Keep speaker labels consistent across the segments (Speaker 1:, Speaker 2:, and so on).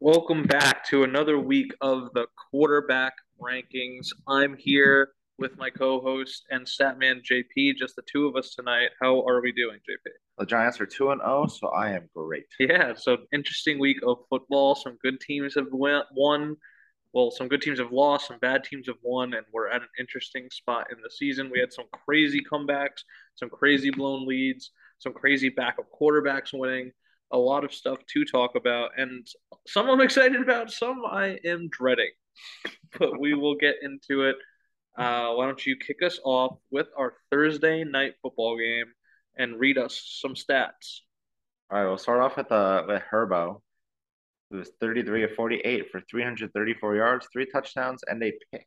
Speaker 1: Welcome back to another week of the quarterback rankings. I'm here with my co-host and statman JP, just the two of us tonight. How are we doing, JP?
Speaker 2: The Giants are 2 and 0, so I am great.
Speaker 1: Yeah, so interesting week of football. Some good teams have win- won. Well, some good teams have lost, some bad teams have won, and we're at an interesting spot in the season. We had some crazy comebacks, some crazy blown leads, some crazy backup quarterbacks winning, a lot of stuff to talk about, and some I'm excited about, some I am dreading. But we will get into it. Uh, why don't you kick us off with our Thursday night football game and read us some stats?
Speaker 2: All right, we'll start off with uh with Herbo. It was 33 of 48 for 334 yards, three touchdowns, and a pick.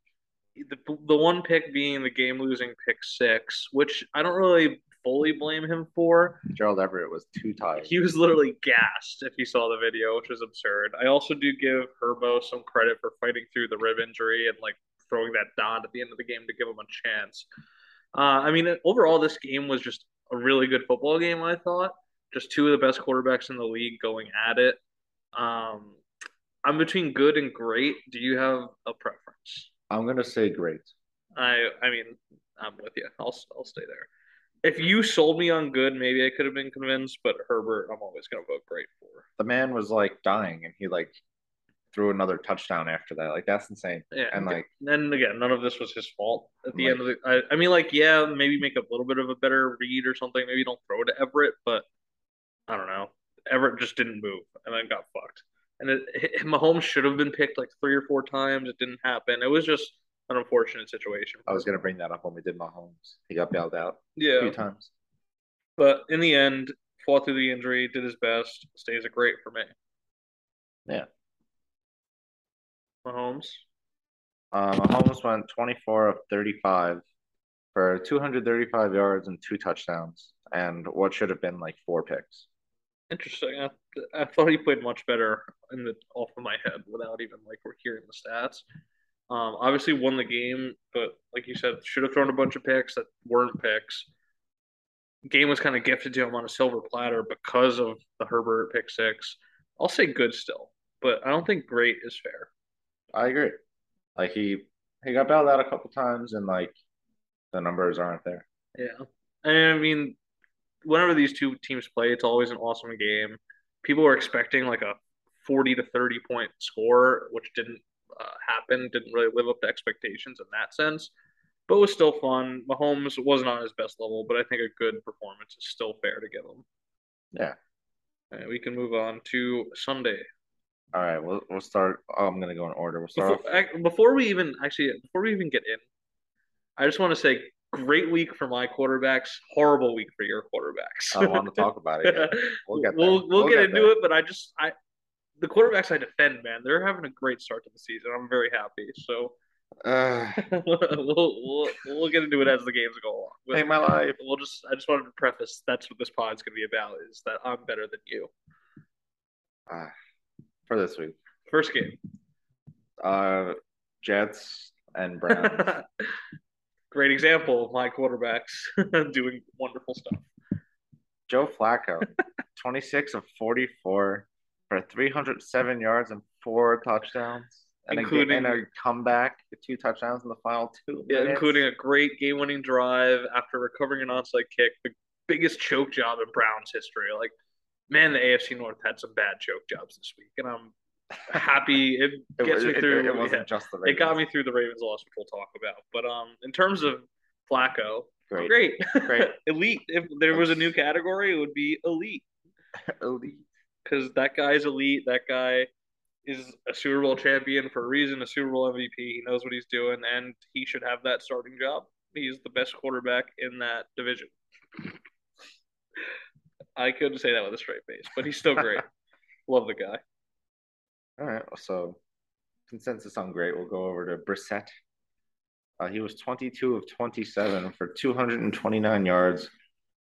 Speaker 1: The, the one pick being the game losing pick six, which I don't really fully blame him for.
Speaker 2: Gerald Everett was too tired.
Speaker 1: He was literally gassed if you saw the video, which was absurd. I also do give Herbo some credit for fighting through the rib injury and like throwing that dot at the end of the game to give him a chance. Uh, I mean, overall, this game was just a really good football game. I thought just two of the best quarterbacks in the league going at it. Um, I'm between good and great. Do you have a preference?
Speaker 2: I'm gonna say great.
Speaker 1: I I mean, I'm with you. I'll I'll stay there. If you sold me on good, maybe I could have been convinced. But Herbert, I'm always gonna vote great for.
Speaker 2: The man was like dying, and he like threw another touchdown after that. Like that's insane.
Speaker 1: Yeah,
Speaker 2: And like
Speaker 1: then again, none of this was his fault. At the
Speaker 2: Right.
Speaker 1: end of the, I, I mean, like yeah, maybe make a little bit of a better read or something. Maybe don't throw to Everett, but I don't know. Everett just didn't move, and then got fucked. And it, it, Mahomes should have been picked like three or four times. It didn't happen. It was just an unfortunate situation.
Speaker 2: I was gonna bring that up when we did Mahomes. He got bailed out a
Speaker 1: yeah,
Speaker 2: few times.
Speaker 1: but in the end, fought through the injury, did his best. Stays a great for me.
Speaker 2: Yeah.
Speaker 1: Mahomes.
Speaker 2: Um, Mahomes went 24 of 35 for 235 yards and two touchdowns, and what should have been like four picks.
Speaker 1: Interesting. I, I thought he played much better in the off of my head without even like we're hearing the stats. Um, obviously won the game, but like you said, should have thrown a bunch of picks that weren't picks. Game was kind of gifted to him on a silver platter because of the Herbert pick six. I'll say good still, but I don't think great is fair.
Speaker 2: I agree. Like he he got bailed out a couple times, and like the numbers aren't there.
Speaker 1: Yeah. And I mean, whenever these two teams play, it's always an awesome game. People were expecting like a 40 to 30 point score, which didn't uh, happen, didn't really live up to expectations in that sense, but was still fun. Mahomes wasn't on his best level, but I think a good performance is still fair to give him.
Speaker 2: Yeah.
Speaker 1: All right, we can move on to Sunday.
Speaker 2: All right, we'll we'll start. Oh, I'm gonna go in order. We'll start
Speaker 1: Before,
Speaker 2: off.
Speaker 1: ac- before we even actually before we even get in, I just want to say great week for my quarterbacks, horrible week for your quarterbacks.
Speaker 2: I want to talk about it. yet. We'll get there.
Speaker 1: we'll, we'll get, into
Speaker 2: there.
Speaker 1: it, but I just I the quarterbacks I defend, man, they're having a great start to the season. I'm very happy. So
Speaker 2: Uh,
Speaker 1: we'll, we'll we'll get into it as the games go along. But
Speaker 2: Hey, my life.
Speaker 1: We'll just I just wanted to preface that's what this pod's gonna be about is that I'm better than you.
Speaker 2: ah, for this week,
Speaker 1: First game.
Speaker 2: uh, Jets and Browns.
Speaker 1: great example of my quarterbacks doing wonderful stuff.
Speaker 2: Joe Flacco, 26 of 44 for 307 yards and four touchdowns, and,
Speaker 1: Including-
Speaker 2: a, and a comeback, two touchdowns in the final two.
Speaker 1: Yeah,
Speaker 2: minutes.
Speaker 1: including a great game-winning drive after recovering an onside kick, the biggest choke job in Browns history. Like, man, the AFC North had some bad choke jobs this week, and I'm happy it
Speaker 2: It,
Speaker 1: gets
Speaker 2: was-
Speaker 1: me
Speaker 2: it-
Speaker 1: through.
Speaker 2: It,
Speaker 1: yeah,
Speaker 2: wasn't just the
Speaker 1: it got
Speaker 2: Ravens.
Speaker 1: me through the Ravens loss, which we'll talk about. But um, in terms of Flacco,
Speaker 2: Great.
Speaker 1: great,
Speaker 2: Great.
Speaker 1: elite. If there was a new category, it would be elite
Speaker 2: Elite.
Speaker 1: because that guy's elite. That guy is a Super Bowl champion for a reason, a Super Bowl MVP. He knows what he's doing, and he should have that starting job. He's the best quarterback in that division. I couldn't say that with a straight face, but he's still great. Love the guy.
Speaker 2: All right, so consensus on great. We'll go over to Brissett. Uh, he was 22 of 27 for 229 yards,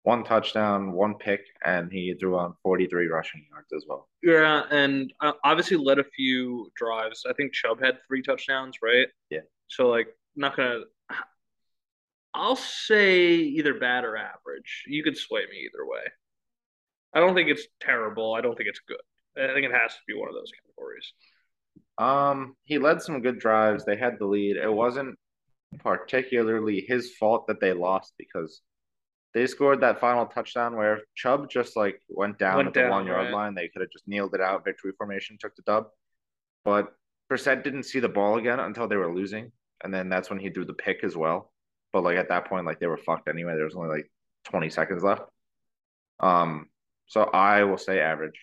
Speaker 2: one touchdown, one pick, and he threw on 43 rushing yards as well.
Speaker 1: Yeah, and uh, obviously led a few drives. I think Chubb had three touchdowns, right?
Speaker 2: Yeah.
Speaker 1: So like, not gonna. I'll say either bad or average. You could sway me either way. I don't think it's terrible. I don't think it's good. I think it has to be one of those categories. stories?
Speaker 2: Um, he led some good drives. They had the lead. It wasn't particularly his fault that they lost because they scored that final touchdown where if Chubb just like went down
Speaker 1: Went
Speaker 2: at the
Speaker 1: down,
Speaker 2: one yard
Speaker 1: right.
Speaker 2: line. They could have just kneeled it out. Victory formation took the dub, but Brissett didn't see the ball again until they were losing, and then that's when he threw the pick as well. But like at that point, like they were fucked anyway. There was only like twenty seconds left. Um, so I will say average.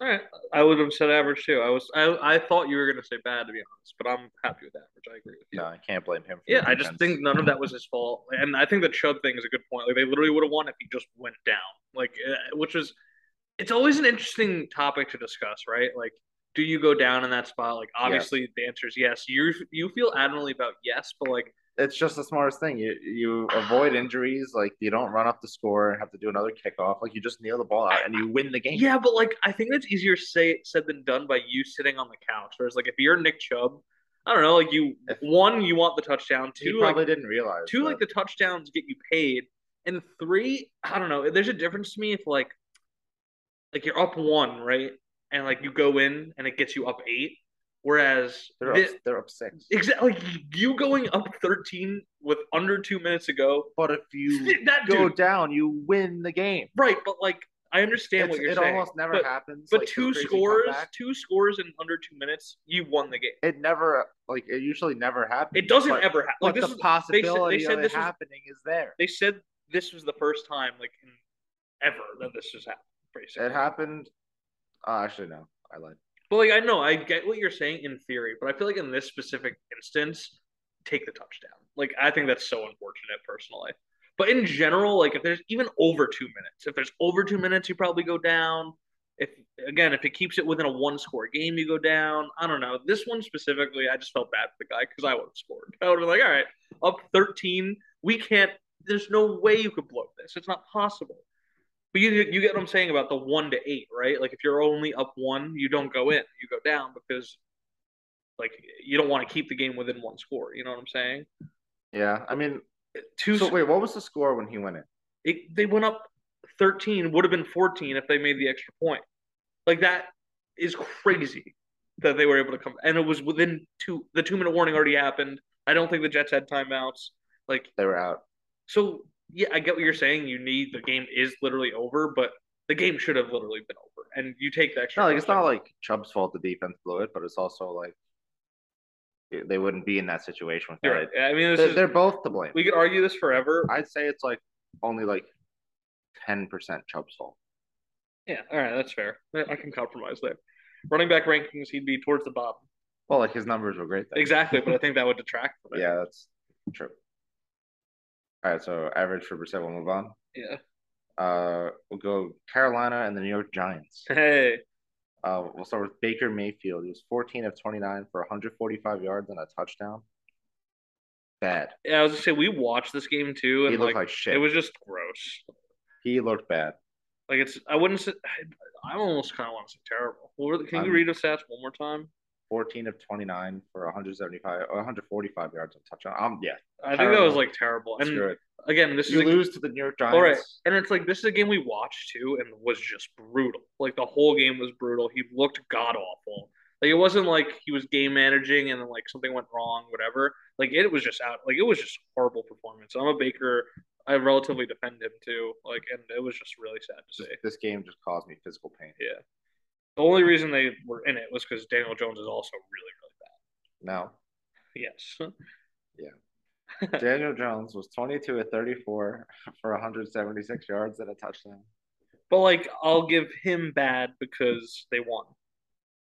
Speaker 1: All right, I would have said average too. I was I, I thought you were gonna say bad to be honest, but I'm happy with average. I agree with you.
Speaker 2: No, I can't blame him. For
Speaker 1: Yeah,
Speaker 2: the
Speaker 1: I just
Speaker 2: defense.
Speaker 1: think none of that was his fault, and I think the Chubb thing is a good point. Like they literally would have won if he just went down, like uh, which is, it's always an interesting topic to discuss, right? Like, do you go down in that spot? Like, obviously the answer is yes. You you feel adamantly about yes, but like
Speaker 2: it's just the smartest thing. You you avoid injuries, like you don't run up the score and have to do another kickoff. Like you just kneel the ball out and you win the game.
Speaker 1: yeah, but like I think that's easier say said than done by you sitting on the couch. Whereas like if you're Nick Chubb, I don't know, like you
Speaker 2: If-
Speaker 1: one you want the touchdown,
Speaker 2: He
Speaker 1: two like
Speaker 2: probably didn't realize.
Speaker 1: two
Speaker 2: that.
Speaker 1: like the touchdowns get you paid and three i don't know there's a difference to me if like like you're up one right and like you go in and it gets you up eight whereas
Speaker 2: they're
Speaker 1: thi-
Speaker 2: up, they're up six.
Speaker 1: exactly like you going up 13 with under two minutes to go
Speaker 2: But if you
Speaker 1: that
Speaker 2: go
Speaker 1: dude,
Speaker 2: down, you win the game.
Speaker 1: right but like i understand
Speaker 2: It's-
Speaker 1: what you're
Speaker 2: it
Speaker 1: saying
Speaker 2: almost never
Speaker 1: but-
Speaker 2: happens.
Speaker 1: but
Speaker 2: like, the
Speaker 1: two
Speaker 2: crazy
Speaker 1: scores
Speaker 2: comeback.
Speaker 1: two scores in under two minutes you won the game
Speaker 2: It never like it usually never happens.
Speaker 1: it doesn't
Speaker 2: but,
Speaker 1: ever happen
Speaker 2: But
Speaker 1: like this
Speaker 2: the
Speaker 1: is
Speaker 2: possibility
Speaker 1: said
Speaker 2: of
Speaker 1: this
Speaker 2: it
Speaker 1: was-
Speaker 2: happening is there.
Speaker 1: they said this was the first time like in, ever that this has happened basically.
Speaker 2: It happened. Oh, actually, no, I lied.
Speaker 1: But like I know I get what you're saying in theory, but I feel like in this specific instance, take the touchdown. Like I think that's so unfortunate personally. But in general, like if there's even over two minutes, if there's over two minutes, you probably go down. If again, if it keeps it within a one score game, you go down. I don't know. This one specifically, I just felt bad for the guy because I would have scored. I would have been like, all right, up 13. We can't, there's no way you could blow this. It's not possible. But you, you get what I'm saying about the one to eight, right? Like if you're only up one, you don't go in, you go down because like you don't want to keep the game within one score. You know what I'm saying?
Speaker 2: Yeah, I mean,
Speaker 1: Two,
Speaker 2: so wait, what was the score when he went in?
Speaker 1: it, they went up 13, would have been 14 if they made the extra point. Like that is crazy that they were able to come, and it was within two. The two minute warning already happened. I don't think the Jets had timeouts. Like
Speaker 2: They were out.
Speaker 1: So yeah, I get what you're saying. You need the game is literally over, but the game should have literally been over, and you take the extra.
Speaker 2: No, like it's
Speaker 1: touchdown.
Speaker 2: not like Chubb's fault the defense blew it, but it's also like they wouldn't be in that situation
Speaker 1: You're
Speaker 2: without
Speaker 1: right. I
Speaker 2: it.
Speaker 1: mean, this
Speaker 2: They're,
Speaker 1: is-
Speaker 2: they're both to blame.
Speaker 1: we could argue this forever.
Speaker 2: I'd say it's like only like ten percent Chubb's fault.
Speaker 1: yeah, all right, that's fair. I I can compromise there. Running back rankings, he'd be towards the bottom.
Speaker 2: Well, like his numbers were great. Then.
Speaker 1: Exactly, but I think that would detract from it.
Speaker 2: Yeah, that's true. All right, so average for percent. We'll move on.
Speaker 1: Yeah.
Speaker 2: Uh, we'll go Carolina and the New York Giants.
Speaker 1: Hey,
Speaker 2: Uh, we'll start with Baker Mayfield. He was 14 of 29 for 145 yards and a touchdown. Bad.
Speaker 1: yeah, I was gonna say we watched this game too,
Speaker 2: He
Speaker 1: and
Speaker 2: looked
Speaker 1: like,
Speaker 2: like, shit.
Speaker 1: it was just gross.
Speaker 2: he looked bad.
Speaker 1: Like it's, I wouldn't say. I, I almost kind of want to say terrible. What were the- Can you
Speaker 2: I'm-
Speaker 1: read the stats one more time?
Speaker 2: 14 of 29 for 175, or 145 yards and touchdown. Um, yeah,
Speaker 1: I think that was
Speaker 2: Terrible.
Speaker 1: like terrible. And
Speaker 2: screw it.
Speaker 1: again, this is
Speaker 2: You
Speaker 1: a-
Speaker 2: lose to the New York Giants.
Speaker 1: All right, and it's like this is a game we watched too, and was just brutal. Like the whole game was brutal. He looked god awful. Like it wasn't like he was game managing and then like something went wrong, whatever. Like it was just out. Like it was just horrible performance. I'm a Baker. I relatively defend him too. Like, and it was just really sad to
Speaker 2: Just-
Speaker 1: see.
Speaker 2: this game just caused me physical pain.
Speaker 1: The only reason they were in it was because Daniel Jones is also really,
Speaker 2: Now,
Speaker 1: really bad. Yes.
Speaker 2: Daniel Jones was 22 of 34 for 176 yards and a touchdown.
Speaker 1: But like, I'll give him bad because they won.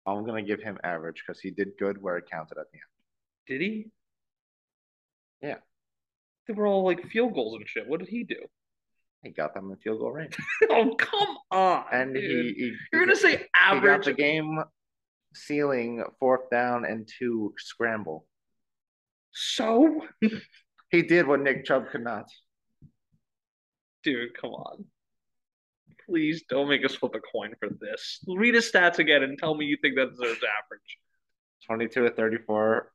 Speaker 2: I'm going to give him average because he did good where it counted at the end.
Speaker 1: Did he?
Speaker 2: Yeah.
Speaker 1: They were all like field goals and shit. What did he do?
Speaker 2: He got them in field goal range.
Speaker 1: oh, come on.
Speaker 2: And he,
Speaker 1: dude.
Speaker 2: he
Speaker 1: You're going to say
Speaker 2: he got
Speaker 1: average.
Speaker 2: the game ceiling fourth down and two scramble.
Speaker 1: So?
Speaker 2: He did what Nick Chubb could not.
Speaker 1: Dude, come on. Please don't make us flip a coin for this. Read his stats again and tell me you think that deserves average.
Speaker 2: 22 to 34,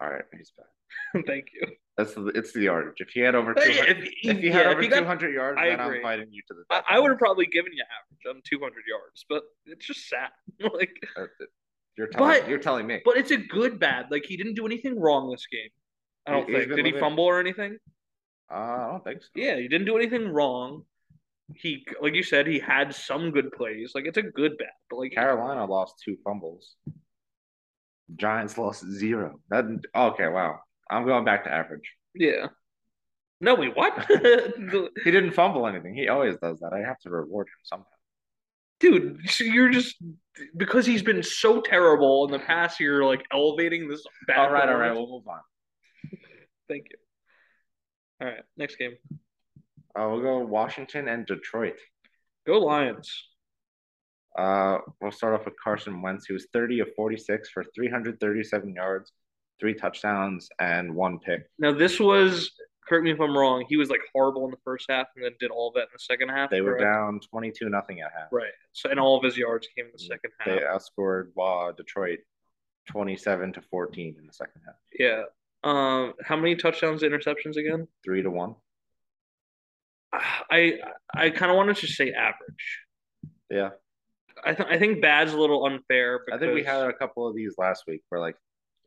Speaker 2: All right, he's back.
Speaker 1: Thank you.
Speaker 2: That's the, it's the yardage. If he had over
Speaker 1: Hey,
Speaker 2: 200,
Speaker 1: if,
Speaker 2: if he had
Speaker 1: yeah,
Speaker 2: over
Speaker 1: if you got,
Speaker 2: 200 yards,
Speaker 1: I
Speaker 2: then I'm
Speaker 1: agree.
Speaker 2: fighting you to the
Speaker 1: I,
Speaker 2: death. Uh,
Speaker 1: I would have probably given you average on 200 yards, but it's just sad. like,
Speaker 2: Uh, You're telling,
Speaker 1: But-
Speaker 2: you're telling me.
Speaker 1: but it's a good bad. Like, he didn't do anything wrong this game. I
Speaker 2: He-
Speaker 1: don't
Speaker 2: he's
Speaker 1: think.
Speaker 2: been
Speaker 1: Did he
Speaker 2: limited.
Speaker 1: fumble or anything?
Speaker 2: Uh, I don't think so.
Speaker 1: Yeah, he didn't do anything wrong. He, like you said, he had some good plays. Like, it's a good bad, but like,
Speaker 2: Carolina lost two fumbles. Giants lost zero. That okay, wow. I'm going back to average.
Speaker 1: yeah. No, wait, what? The-
Speaker 2: He didn't fumble anything. He always does that. I have to reward him somehow.
Speaker 1: dude so you're just because he's been so terrible in the past you're like elevating this bad
Speaker 2: All right, all right,
Speaker 1: performance.
Speaker 2: we'll move on.
Speaker 1: thank you all right next game
Speaker 2: Uh, we'll go Washington and Detroit.
Speaker 1: go lions
Speaker 2: Uh, we'll start off with Carson Wentz, who was 30 of 46 for 337 yards, three touchdowns, and one pick.
Speaker 1: now this was correct me if i'm wrong he was like horrible in the first half and then did all of that in the second half
Speaker 2: They were
Speaker 1: correct?
Speaker 2: down 22 nothing at half.
Speaker 1: right so and all of his yards came in the second half
Speaker 2: They outscored uh, Detroit 27 to 14 in the second half,
Speaker 1: yeah um how many touchdowns to interceptions again
Speaker 2: three to one.
Speaker 1: i i kind of wanted to say average
Speaker 2: Yeah.
Speaker 1: i, th- I think bad's a little unfair
Speaker 2: I
Speaker 1: because
Speaker 2: think we had a couple of these last week where like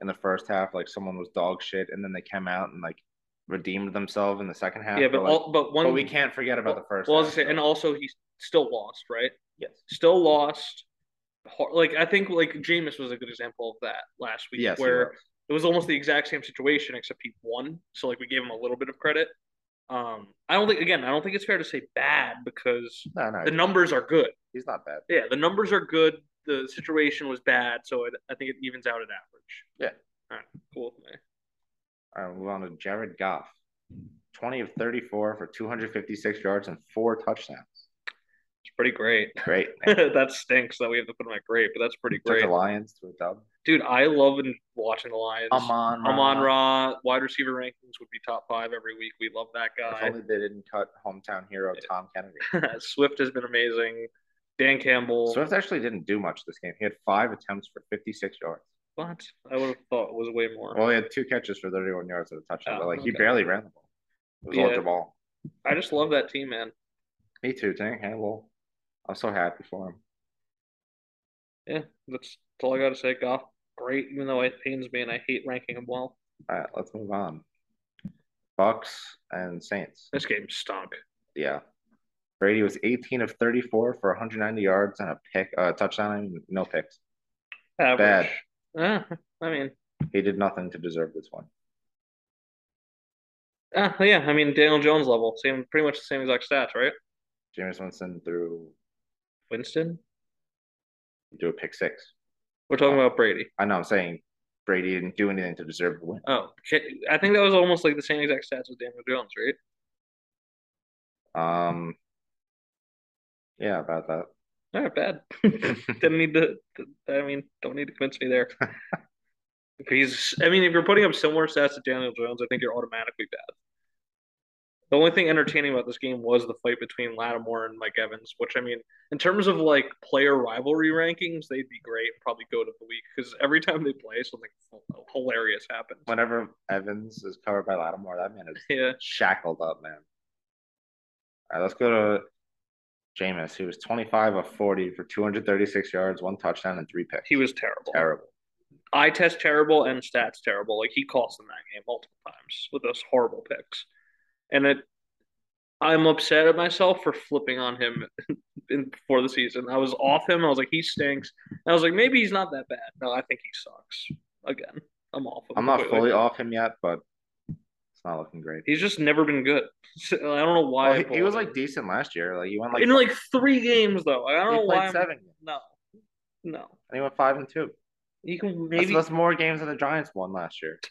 Speaker 2: in the first half, like someone was dog shit and then they came out and like redeemed themselves in the second half.
Speaker 1: yeah but
Speaker 2: like,
Speaker 1: all, but one
Speaker 2: but we can't forget about the first
Speaker 1: Well, I
Speaker 2: half.
Speaker 1: was gonna say, and
Speaker 2: so-
Speaker 1: also he still lost, right?
Speaker 2: yes.
Speaker 1: Still lost. Ho- Like I think like Jameis was a good example of that last week,
Speaker 2: Yes, he
Speaker 1: where
Speaker 2: was.
Speaker 1: it was almost the exact same situation except he won. So like we gave him a little bit of credit. Um, I don't think again, I don't think it's fair to say bad because
Speaker 2: no, no,
Speaker 1: the numbers are good.
Speaker 2: he's not bad.
Speaker 1: Yeah, the numbers are good. The situation was bad, so it, I think it evens out at average.
Speaker 2: Yeah.
Speaker 1: All right, cool with me.
Speaker 2: All right, move on to Jared Goff, 20 of 34 for 256 yards and four touchdowns.
Speaker 1: It's pretty great.
Speaker 2: Great. man.
Speaker 1: that stinks that we have to put him at great, but that's pretty
Speaker 2: Took
Speaker 1: great.
Speaker 2: the Lions to a dub.
Speaker 1: Dude, I love and- watching the Lions.
Speaker 2: Amon Ra.
Speaker 1: Amon Ra, wide receiver rankings would be top five every week. We love that
Speaker 2: If
Speaker 1: guy.
Speaker 2: only they didn't cut hometown hero Tom Kennedy.
Speaker 1: Swift has been amazing. Dan Campbell.
Speaker 2: Swift actually didn't do much this game. He had five attempts for 56 yards.
Speaker 1: What? I would have thought it was way more.
Speaker 2: Well, he had two catches for 31 yards and a touchdown,
Speaker 1: Oh,
Speaker 2: but like he
Speaker 1: okay.
Speaker 2: barely ran the ball. It was all
Speaker 1: Yeah.
Speaker 2: Jamal.
Speaker 1: I just love that team, man.
Speaker 2: Me too, Tank Campbell. I'm so happy for him.
Speaker 1: Yeah, that's, that's all I got to say. Goff, great, even though it pains me and I hate ranking him well.
Speaker 2: All right, let's move on. Bucks and Saints.
Speaker 1: This game stunk.
Speaker 2: Yeah. Brady was 18 of 34 for 190 yards and a pick, uh, touchdown, I mean, no picks.
Speaker 1: Average. Uh, I mean,
Speaker 2: He did nothing to deserve this one.
Speaker 1: uh, yeah, I mean, Daniel Jones level. Same, pretty much the same exact stats, right?
Speaker 2: James Winston threw
Speaker 1: Winston?
Speaker 2: do a pick six.
Speaker 1: We're talking about Brady.
Speaker 2: I know I'm saying Brady didn't do anything to deserve the win.
Speaker 1: Oh, okay. I think that was almost like the same exact stats as Daniel Jones, right?
Speaker 2: Um, yeah, about that.
Speaker 1: Not bad. Didn't need to. I mean, don't need to convince me there. If he's, I mean, if you're putting up similar stats to Daniel Jones, I think you're automatically bad. The only thing entertaining about this game was the fight between Lattimore and Mike Evans, which I mean, in terms of like player rivalry rankings, they'd be great and probably go to the week because every time they play, something hilarious happens.
Speaker 2: Whenever Evans is covered by Lattimore, that man is
Speaker 1: Yeah,
Speaker 2: shackled up, man. All right, let's go to Jameis, who was 25 of 40 for 236 yards, one touchdown, and three picks.
Speaker 1: he was terrible.
Speaker 2: terrible.
Speaker 1: Eye test terrible and stats terrible. Like he cost them that game multiple times with those horrible picks, and it. I'm upset at myself for flipping on him in, before the season. I was off him. I was like, he stinks. And I was like, maybe he's not that bad. No, I think he sucks. Again, I'm off him.
Speaker 2: I'm not
Speaker 1: completely.
Speaker 2: fully off him yet, but it's not looking great.
Speaker 1: He's just never been good. So, I don't know why.
Speaker 2: Well,
Speaker 1: I
Speaker 2: he, Oh, he
Speaker 1: pulled
Speaker 2: was
Speaker 1: him.
Speaker 2: like decent last year. Like he went like
Speaker 1: in like three games though. I don't
Speaker 2: he
Speaker 1: know
Speaker 2: played
Speaker 1: why. I'm-
Speaker 2: 7 and
Speaker 1: No, no.
Speaker 2: he went five and two.
Speaker 1: You can
Speaker 2: That's,
Speaker 1: maybe.
Speaker 2: that's more games than the Giants won last year.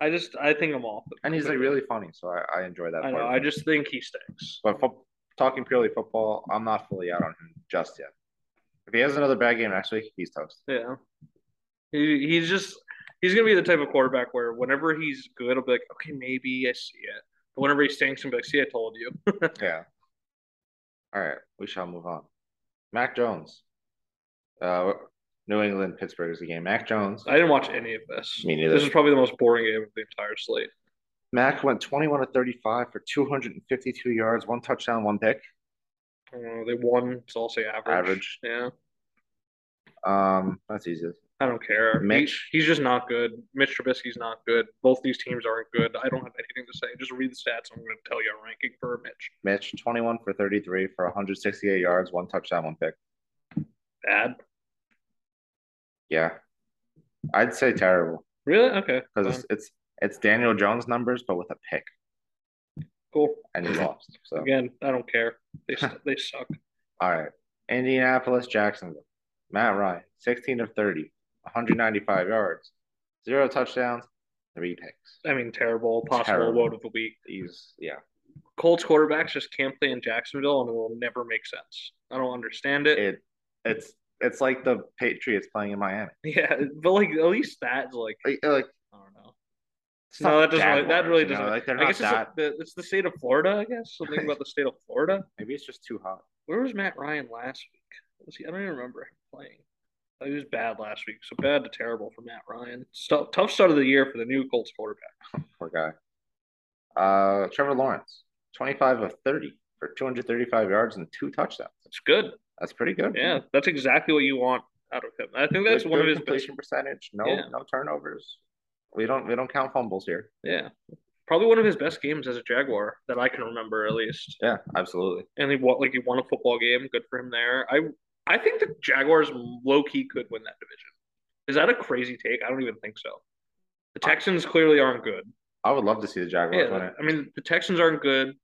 Speaker 1: I just I think I'm off. him
Speaker 2: And he's like
Speaker 1: completely.
Speaker 2: really funny, so I, I enjoy that.
Speaker 1: I
Speaker 2: part
Speaker 1: know.
Speaker 2: of
Speaker 1: I
Speaker 2: him.
Speaker 1: just think he stinks.
Speaker 2: But fo- talking purely football, I'm not fully out on him just yet. If he has another bad game next week, he's toast.
Speaker 1: Yeah. He, he's just he's gonna be the type of quarterback where whenever he's good, I'll be like, okay, maybe I see it. But whenever he stinks, I'm like, see, I told you.
Speaker 2: Yeah. All right, we shall move on. Mac Jones, uh, New England, Pittsburgh is the game. Mac Jones.
Speaker 1: I didn't watch any of this.
Speaker 2: Me neither.
Speaker 1: This is probably the most boring game of the entire slate.
Speaker 2: Mac went 21 to 35 for 252 yards, one touchdown, one pick.
Speaker 1: Uh, they won, so I'll say average.
Speaker 2: Average.
Speaker 1: Yeah.
Speaker 2: Um, that's easy.
Speaker 1: I don't care.
Speaker 2: Mitch?
Speaker 1: He- he's just not good. Mitch Trubisky's not good. Both these teams aren't good. I don't have anything to say. Just read the stats. I'm going to tell you a ranking for Mitch.
Speaker 2: Mitch, 21 for 33 for 168 yards, one touchdown, one pick.
Speaker 1: Bad.
Speaker 2: Yeah. I'd say terrible
Speaker 1: Really? Okay.
Speaker 2: because it's, it's it's Daniel Jones numbers, but with a pick,
Speaker 1: Cool.
Speaker 2: and he lost. So,
Speaker 1: Again, I don't care. They they suck.
Speaker 2: all right. Indianapolis, Jacksonville. Matt Ryan, 16 of 30, 195 yards, zero touchdowns, three picks.
Speaker 1: I mean, terrible. Possible
Speaker 2: Terrible.
Speaker 1: load of the week.
Speaker 2: He's, yeah.
Speaker 1: Colts quarterbacks just can't play in Jacksonville, and it will never make sense. I don't understand it.
Speaker 2: It, it's, it's like the Patriots playing in Miami.
Speaker 1: yeah, but like at least that's like
Speaker 2: Like, Uh, like
Speaker 1: I don't know.
Speaker 2: it's
Speaker 1: No, that
Speaker 2: not
Speaker 1: doesn't really- that
Speaker 2: Jaguars,
Speaker 1: really
Speaker 2: you know,
Speaker 1: doesn't-
Speaker 2: Like they're
Speaker 1: I
Speaker 2: not
Speaker 1: guess it's,
Speaker 2: that.
Speaker 1: like the, it's the state of Florida. I guess something about the state of Florida.
Speaker 2: Maybe it's just too hot.
Speaker 1: Where was Matt Ryan last week? Was he, I don't even remember him playing. Oh, He was bad last week, so bad to terrible for Matt Ryan. So, tough start of the year for the new Colts quarterback.
Speaker 2: Poor guy. Uh, Trevor Lawrence, 25 of 30 for 235 yards and two touchdowns.
Speaker 1: It's good.
Speaker 2: That's pretty good.
Speaker 1: Yeah, that's exactly what you want out of him. I think
Speaker 2: Good-
Speaker 1: that's one of
Speaker 2: good
Speaker 1: his best.
Speaker 2: completion percentage. No,
Speaker 1: Yeah.
Speaker 2: no turnovers. We don't we don't count fumbles here.
Speaker 1: Yeah, probably one of his best games as a Jaguar that I can remember at least.
Speaker 2: Yeah, absolutely.
Speaker 1: and he won like he won a football game. Good for him there. I I think the Jaguars low key could win that division. Is that a crazy take? I don't even think so. The Texans clearly aren't good.
Speaker 2: I would love to see the Jaguars win
Speaker 1: Yeah,
Speaker 2: it.
Speaker 1: I mean the Texans aren't good.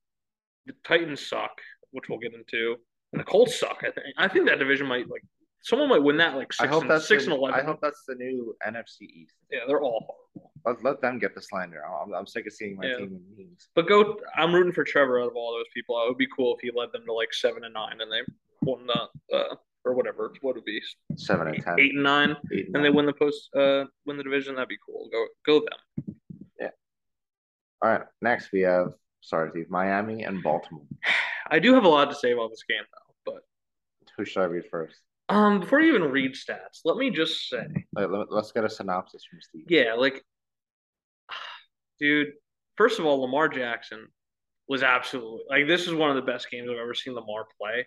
Speaker 1: The Titans suck, which we'll get into, and the Colts suck. I think I think that division might like someone might win that like six
Speaker 2: I hope
Speaker 1: and,
Speaker 2: that's
Speaker 1: six
Speaker 2: the,
Speaker 1: and eleven.
Speaker 2: I hope that's the new NFC East.
Speaker 1: yeah, they're all horrible.
Speaker 2: Let, let them get the slander. I'm, I'm sick of seeing my
Speaker 1: Yeah.
Speaker 2: team in memes.
Speaker 1: But go, I'm rooting for Trevor out of all those people. It would be cool if he led them to like seven and nine, and they won the uh, or whatever. What would it be
Speaker 2: Seven and ten.
Speaker 1: eight and nine?
Speaker 2: eight and
Speaker 1: and they win the post uh win the division, that'd be cool. Go go them.
Speaker 2: All right. Next we have sorry, Steve, Miami and Baltimore.
Speaker 1: I do have a lot to say about this game though,
Speaker 2: Who should I read first?
Speaker 1: but um before you even read stats, let me just say,
Speaker 2: Let, let, let's get a synopsis from Steve.
Speaker 1: yeah, like dude, first of all, Lamar Jackson was absolutely like this is one of the best games I've ever seen Lamar play.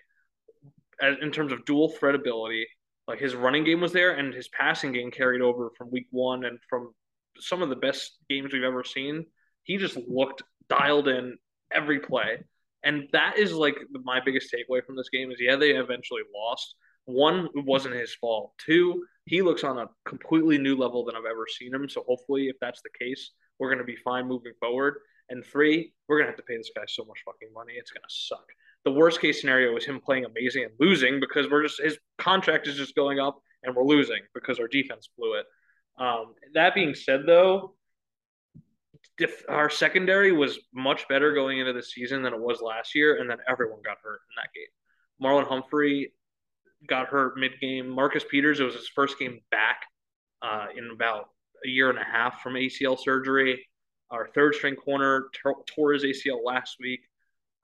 Speaker 1: As, in terms of dual threat ability, like his running game was there and his passing game carried over from week one and from some of the best games we've ever seen. He just looked dialed in every play. And that is like my biggest takeaway from this game is yeah, they eventually lost. One, it wasn't his fault. Two, he looks on a completely new level than I've ever seen him. So hopefully, if that's the case, we're going to be fine moving forward. And three, we're going to have to pay this guy so much fucking money. It's going to suck. The worst case scenario is him playing amazing and losing because we're just his contract is just going up and we're losing because our defense blew it. Um, that being said, though, def- our secondary was much better going into the season than it was last year, and then everyone got hurt in that game. Marlon Humphrey got hurt mid game. Marcus Peters, it was his first game back uh, in about a year and a half from ACL surgery. Our third string corner tor- tore his ACL last week.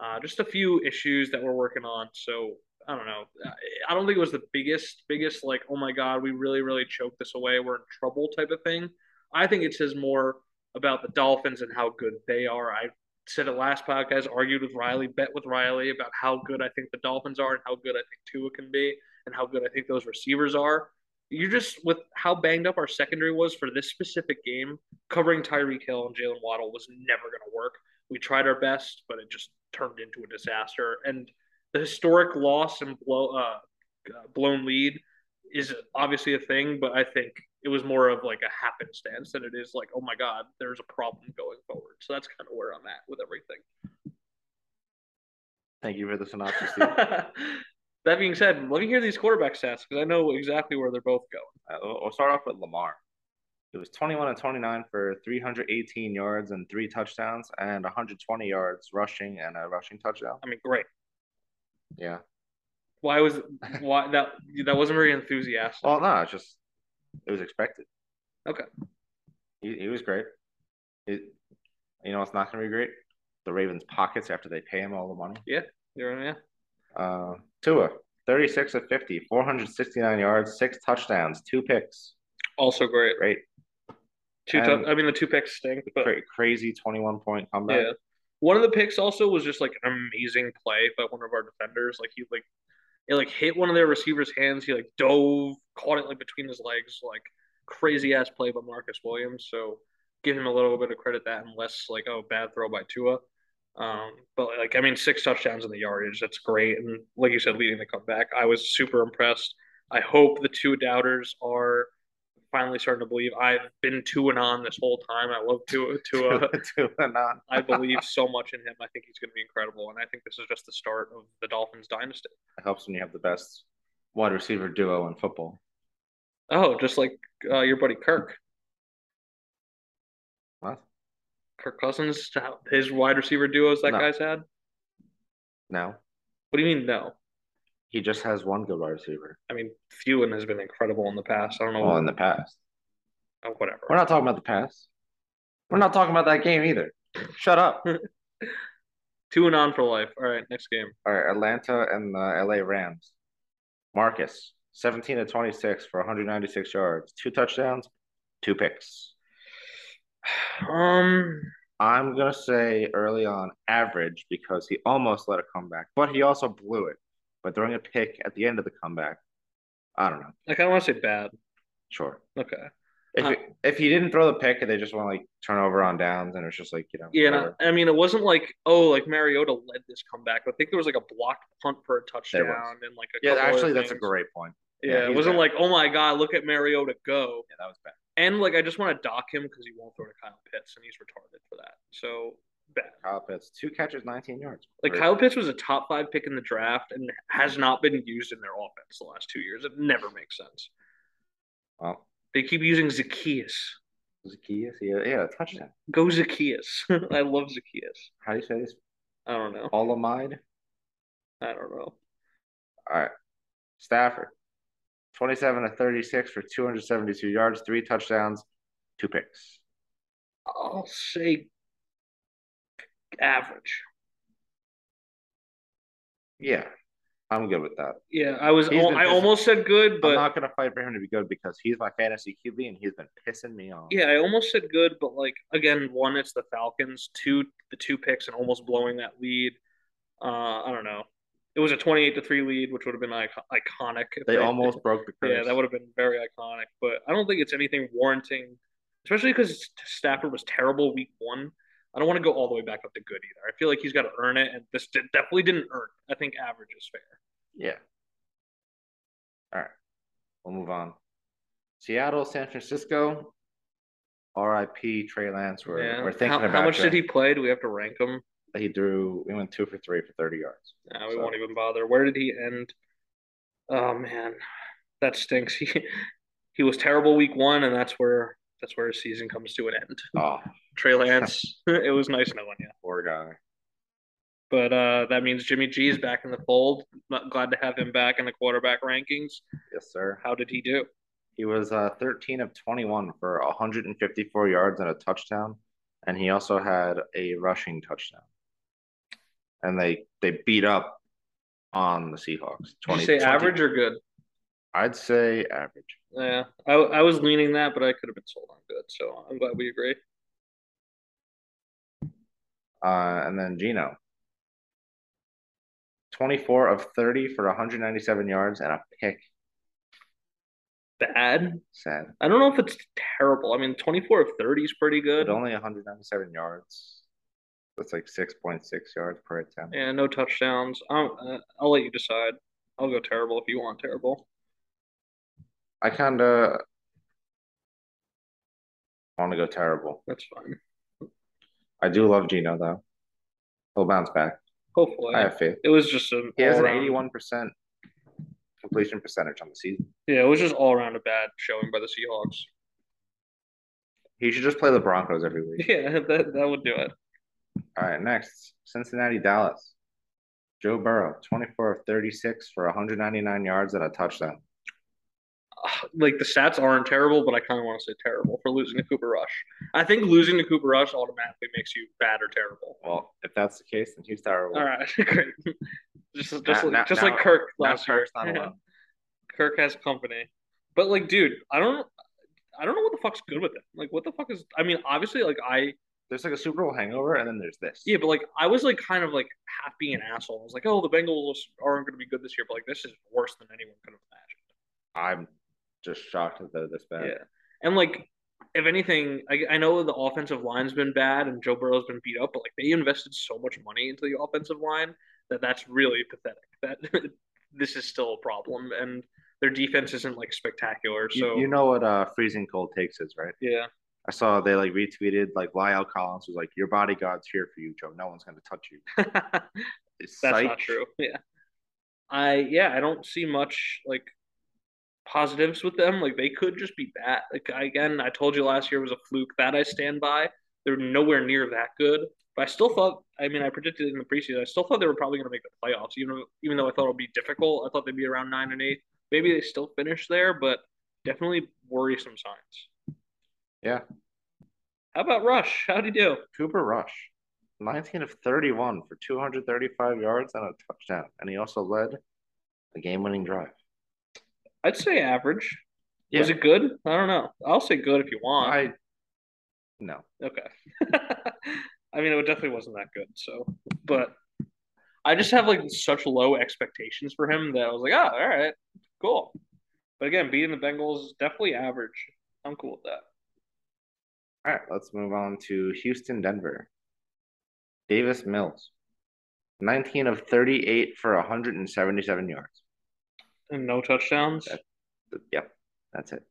Speaker 1: Uh, just a few issues that we're working on. So I don't know. I- I don't think it was the biggest, biggest like, oh my god, we really, really choked this away. We're in trouble type of thing. I think it says more about the Dolphins and how good they are. I said it last podcast, argued with Riley, bet with Riley about how good I think the Dolphins are and how good I think Tua can be and how good I think those receivers are. You're just with how banged up our secondary was for this specific game, covering Tyreek Hill and Jalen Waddle was never going to work. We tried our best, but it just turned into a disaster. And the historic loss and blow, uh, uh, blown lead is obviously a thing, but I think it was more of like a happenstance than it is like, oh my God, there's a problem going forward. So that's kind of where I'm at with everything.
Speaker 2: Thank you for the synopsis, Steve.
Speaker 1: that being said, let me hear these quarterback stats because I know exactly where they're both going.
Speaker 2: Uh, we'll we'll start off with Lamar. It was 21 and 29 for 318 yards and three touchdowns and 120 yards rushing and a rushing touchdown.
Speaker 1: I mean, great.
Speaker 2: Yeah.
Speaker 1: Why was why that that wasn't very enthusiastic?
Speaker 2: Well, no, it's just it was expected.
Speaker 1: Okay.
Speaker 2: He, he was great. It, you know, it's not going to be great. The Ravens' pockets after they pay him all the money.
Speaker 1: You're, yeah,
Speaker 2: Uh, Tua, 36 of 50, 469 yards, six touchdowns, two picks.
Speaker 1: Also great.
Speaker 2: Great.
Speaker 1: Two.
Speaker 2: And-
Speaker 1: tou- I mean, the two picks stink, but
Speaker 2: Cra- crazy 21 point comeback.
Speaker 1: yeah. One of the picks also was just like an amazing play by one of our defenders. Like he like it like hit one of their receivers' hands. He like dove, caught it like between his legs. Like crazy ass play by Marcus Williams. So give him a little bit of credit that and less like oh bad throw by Tua. Um, but like I mean, six touchdowns in the yardage. That's great. And like you said, leading the comeback, I was super impressed. I hope the two doubters are finally starting to believe. I've been two and on this whole time. I love Tua. Tua.
Speaker 2: to a non.
Speaker 1: I believe so much in him. I think he's going to be incredible, and I think this is just the start of the Dolphins dynasty.
Speaker 2: It helps when you have the best wide receiver duo in football.
Speaker 1: Oh, just like uh, your buddy Kirk,
Speaker 2: What?
Speaker 1: Kirk Cousins, his wide receiver duos that
Speaker 2: No.
Speaker 1: guy's had.
Speaker 2: No,
Speaker 1: What do you mean no?
Speaker 2: he just has one good wide receiver.
Speaker 1: I mean, Fewen has been incredible in the past. I don't know.
Speaker 2: Well, in the past,
Speaker 1: oh, whatever.
Speaker 2: we're not talking about the past. We're not talking about that game either. Shut up.
Speaker 1: Two and on for life. All right, next game.
Speaker 2: All right, Atlanta and the LA Rams. Marcus, 17 to 26 for 196 yards, two touchdowns, two picks.
Speaker 1: Um,
Speaker 2: I'm going to say early on average because he almost let a comeback, but he also blew it by throwing a pick at the end of the comeback. I don't know.
Speaker 1: I kind of want to say bad.
Speaker 2: Sure.
Speaker 1: Okay.
Speaker 2: If,
Speaker 1: Uh,
Speaker 2: it- if he didn't throw the pick and they just went like turnover on downs and it's just like, you know,
Speaker 1: Yeah, and
Speaker 2: whatever.
Speaker 1: I, I mean, it wasn't like oh, like Mariota led this comeback. I think there was like a blocked punt for a touchdown and like a
Speaker 2: yeah,
Speaker 1: couple other
Speaker 2: actually, that's a
Speaker 1: things.
Speaker 2: great point.
Speaker 1: Yeah,
Speaker 2: yeah,
Speaker 1: it
Speaker 2: he's
Speaker 1: wasn't
Speaker 2: bad.
Speaker 1: like oh my god, look at Mariota go.
Speaker 2: Yeah, that was bad.
Speaker 1: And like I just want to dock him because he won't throw to Kyle Pitts and he's retarded for that. So bad.
Speaker 2: Kyle Pitts, two catches, 19 yards.
Speaker 1: Like
Speaker 2: Great.
Speaker 1: Kyle Pitts was a top five pick in the draft and has not been used in their offense the last two years. It never makes sense.
Speaker 2: Well,
Speaker 1: They keep using Zacchaeus.
Speaker 2: Zacchaeus, yeah, yeah, touchdown.
Speaker 1: Go Zacchaeus. I love Zacchaeus.
Speaker 2: How do you say this?
Speaker 1: I don't know.
Speaker 2: Olamide?
Speaker 1: I don't know.
Speaker 2: All right. Stafford, 27 to 36 for 272 yards, three touchdowns, two picks.
Speaker 1: I'll say average.
Speaker 2: Yeah, I'm good with that.
Speaker 1: Yeah, I was.
Speaker 2: He's been
Speaker 1: I
Speaker 2: pissing-
Speaker 1: almost said good,
Speaker 2: I'm
Speaker 1: but
Speaker 2: not going to fight for him to be good because he's my fantasy QB and he's been pissing me off.
Speaker 1: Yeah, I almost said good, but like again, one, it's the Falcons. Two, the two picks and almost blowing that lead. Uh, I don't know. It was a twenty-eight to three lead, which would have been icon- iconic. if
Speaker 2: They almost broke the curse.
Speaker 1: Yeah, that would have been very iconic. But I don't think it's anything warranting, especially because Stafford was terrible week one. I don't want to go all the way back up to good either. I feel like he's got to earn it, and this did, definitely didn't earn. it. I think average is fair.
Speaker 2: Yeah. All right. We'll move on. Seattle, San Francisco. RIP Trey Lance. We're,
Speaker 1: yeah.
Speaker 2: we're thinking
Speaker 1: how,
Speaker 2: about
Speaker 1: how much
Speaker 2: you.
Speaker 1: did he play? Do we have to rank him?
Speaker 2: He threw. We went two for three for thirty yards.
Speaker 1: Nah, we
Speaker 2: So-
Speaker 1: won't even bother. Where did he end? Oh man, that stinks. He he was terrible week one, and that's where that's where his season comes to an end.
Speaker 2: Oh,
Speaker 1: Trey Lance, it was nice knowing you,
Speaker 2: poor guy.
Speaker 1: but uh, that means Jimmy G is back in the fold. Not glad to have him back in the quarterback rankings.
Speaker 2: Yes, sir.
Speaker 1: How did he do?
Speaker 2: He was uh, 13 of 21 for 154 yards and a touchdown, and he also had a rushing touchdown. And they they beat up on the Seahawks.
Speaker 1: Did you say average or good?
Speaker 2: I'd say average.
Speaker 1: Yeah, I, I was leaning that, but I could have been sold on good. So I'm glad we agree.
Speaker 2: Uh, and then Gino, 24 of 30 for 197 yards and a pick.
Speaker 1: Bad.
Speaker 2: Sad,
Speaker 1: I don't know if it's terrible. I mean, 24 of 30 is pretty good.
Speaker 2: but only 197 yards. That's like 6.6 yards per attempt.
Speaker 1: Yeah, no touchdowns. I'll, uh, I'll let you decide. I'll go terrible if you want terrible.
Speaker 2: I kind of want to go terrible.
Speaker 1: That's fine.
Speaker 2: I do love Gino though. He'll bounce back.
Speaker 1: Hopefully,
Speaker 2: I have faith.
Speaker 1: it was just an
Speaker 2: He has an
Speaker 1: all-around-
Speaker 2: eighty-one percent completion percentage on the season.
Speaker 1: Yeah, it was just all around a bad showing by the Seahawks.
Speaker 2: He should just play the Broncos every week.
Speaker 1: Yeah, that that would do it.
Speaker 2: All right, next Cincinnati, Dallas. Joe Burrow, twenty-four of thirty-six for one hundred ninety-nine yards and a touchdown.
Speaker 1: Ah, like the stats aren't terrible, but I kind of want to say terrible for losing to Cooper Rush. I think losing to Cooper Rush automatically makes you bad or terrible.
Speaker 2: Well, if that's the case, then he's terrible.
Speaker 1: All right, great. Just, just,
Speaker 2: Now-
Speaker 1: like,
Speaker 2: now-
Speaker 1: just
Speaker 2: now-
Speaker 1: like Kirk
Speaker 2: Now
Speaker 1: last year.
Speaker 2: Kirk's not alone.
Speaker 1: Kirk has company, but like, dude, I don't, I don't know what the fuck's good with it. Like, what the fuck is? I mean, obviously, like I,
Speaker 2: There's like a Super Bowl hangover, and then there's this.
Speaker 1: yeah, but like I was like kind of like half being an asshole. I was like, oh, the Bengals aren't going to be good this year, but like this is worse than anyone could have imagined.
Speaker 2: I'm just shocked that they're this bad.
Speaker 1: Yeah. And like, if anything, I, I know the offensive line's been bad and Joe Burrow's been beat up, but like they invested so much money into the offensive line that that's really pathetic. That this is still a problem, and their defense isn't like spectacular.
Speaker 2: You-
Speaker 1: So
Speaker 2: you, know what uh, freezing cold takes is, right?
Speaker 1: yeah,
Speaker 2: I saw they like retweeted like Lyle Collins was like, "Your bodyguard's here for you, Joe. No one's gonna touch you."
Speaker 1: that's
Speaker 2: It's
Speaker 1: not
Speaker 2: psych.
Speaker 1: true. Yeah, I yeah I don't see much like positives with them. Like they could just be bad. Like I- again, I told you last year was a fluke. That I stand by. They're nowhere near that good. But I still thought. I mean, I predicted it in the preseason. I still thought they were probably going to make the playoffs. Even though- even though I thought it would be difficult, I thought they'd be around nine and eight. Maybe they still finish there, but definitely worrisome signs.
Speaker 2: Yeah.
Speaker 1: How about Rush? How'd he do?
Speaker 2: Cooper Rush, 19 of 31 for 235 yards and a touchdown, and he also led the game-winning drive.
Speaker 1: I'd say average.
Speaker 2: Yeah.
Speaker 1: Was it good? I don't know. I'll say good if you want.
Speaker 2: I no,
Speaker 1: Okay. I mean, it definitely wasn't that good. So, but I just have like such low expectations for him that I was like, oh, all right, cool. But again, beating the Bengals is definitely average. I'm cool with that.
Speaker 2: All right, let's move on to Houston, Denver. Davis Mills, 19 of 38 for 177 yards.
Speaker 1: And no touchdowns.
Speaker 2: That- Yep, that's it.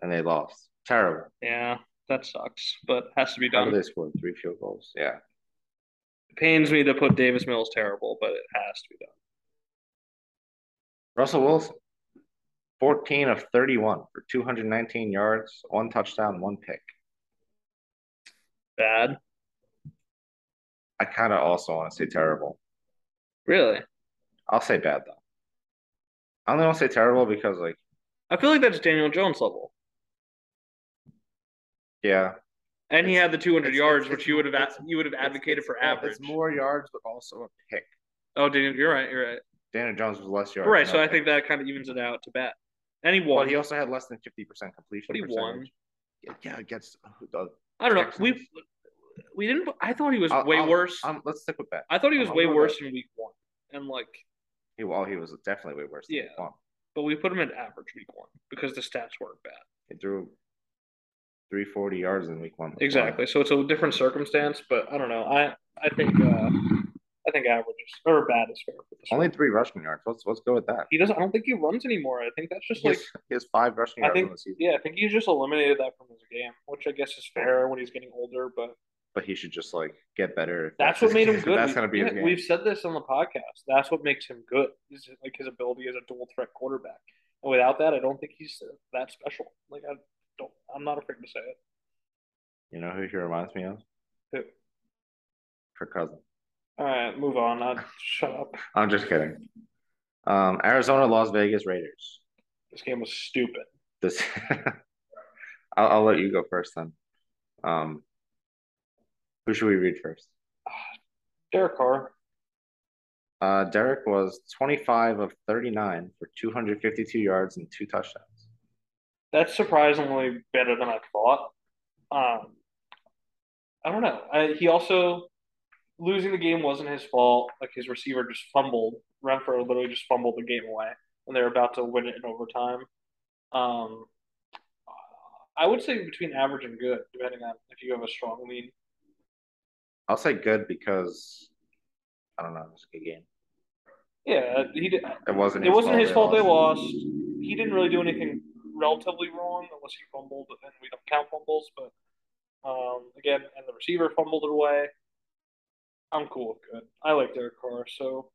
Speaker 2: And they lost. Terrible.
Speaker 1: Yeah, that sucks, but has to be
Speaker 2: How
Speaker 1: done.
Speaker 2: did they score three field goals? Yeah.
Speaker 1: It pains me to put Davis Mills terrible, but it has to be done.
Speaker 2: Russell Wilson, 14 of 31 for 219 yards, one touchdown, one pick.
Speaker 1: Bad.
Speaker 2: I kind of also want to say terrible.
Speaker 1: Really?
Speaker 2: I'll say bad, though. I only want to say terrible because, like,
Speaker 1: I feel like that's Daniel Jones level.
Speaker 2: yeah.
Speaker 1: And he had the 200
Speaker 2: it's-
Speaker 1: yards,
Speaker 2: it's-
Speaker 1: which you would have
Speaker 2: it's-
Speaker 1: ad- you would have advocated
Speaker 2: It's-
Speaker 1: for
Speaker 2: it's more-
Speaker 1: average.
Speaker 2: It's more yards, but also a pick.
Speaker 1: oh, Daniel, you're right. You're right.
Speaker 2: Daniel Jones was less yards.
Speaker 1: Right,
Speaker 2: than
Speaker 1: so
Speaker 2: a
Speaker 1: I
Speaker 2: pick.
Speaker 1: think that kind of evens it out to bat. And he
Speaker 2: Well,
Speaker 1: won.
Speaker 2: he also had less than 50% completion.
Speaker 1: But he won.
Speaker 2: percentage. Yeah, Yeah, uh, against the
Speaker 1: I don't know.
Speaker 2: Texans.
Speaker 1: We we didn't. I thought he was
Speaker 2: I'll-
Speaker 1: way
Speaker 2: I'll-
Speaker 1: worse. i
Speaker 2: Um, let's stick with that.
Speaker 1: thought he was
Speaker 2: I'll
Speaker 1: way
Speaker 2: go with
Speaker 1: worse in week one, and like,
Speaker 2: He, well, he was definitely way worse. Than
Speaker 1: Yeah.
Speaker 2: he won.
Speaker 1: but we put him at average week one because the stats weren't bad.
Speaker 2: He threw 340 yards in week one.
Speaker 1: Exactly. So it's a different circumstance, but I don't know. I I think uh, I think average is, or bad is fair for this.
Speaker 2: Only
Speaker 1: one.
Speaker 2: three rushing yards. Let's let's go with that.
Speaker 1: he doesn't. I don't think he runs anymore. I think that's just
Speaker 2: He
Speaker 1: like.
Speaker 2: has, he has five rushing
Speaker 1: I
Speaker 2: yards
Speaker 1: think-
Speaker 2: on the season,
Speaker 1: Yeah, I think he's just eliminated that from his game, which I guess is fair when he's getting older. But
Speaker 2: but he should just like get better. if
Speaker 1: That's what
Speaker 2: his
Speaker 1: made him
Speaker 2: game.
Speaker 1: good.
Speaker 2: That's
Speaker 1: We-
Speaker 2: gonna be his
Speaker 1: yeah,
Speaker 2: game.
Speaker 1: We've said this on the podcast. That's what makes him good. Is like his ability as a dual threat quarterback. And without that, I don't think he's that special. Like I don't. I'm not afraid to say it.
Speaker 2: You know who he reminds me of?
Speaker 1: Who?
Speaker 2: Kirk Cousins.
Speaker 1: All right, move on. i shut up.
Speaker 2: I'm just kidding. Um, Arizona, Las Vegas Raiders.
Speaker 1: This game was stupid.
Speaker 2: This. I'll, I'll let you go first then. Um, who should we read first?
Speaker 1: Derek Carr.
Speaker 2: Uh, Derek was 25 of 39 for 252 yards and two touchdowns.
Speaker 1: That's surprisingly better than I thought. Um, I don't know. I, he also losing the game wasn't his fault. Like his receiver just fumbled. Renfro literally just fumbled the game away when they were about to win it in overtime. Um, I would say between average and good, depending on if you have a strong lead.
Speaker 2: I'll say good because I don't know. It was a good game.
Speaker 1: Yeah, he did.
Speaker 2: It wasn't.
Speaker 1: It wasn't his fault they
Speaker 2: lost.
Speaker 1: lost. He didn't really do anything relatively wrong unless he fumbled, and we don't count fumbles. But um, again, and the receiver fumbled it away. I'm cool with good. I like Derek Carr, so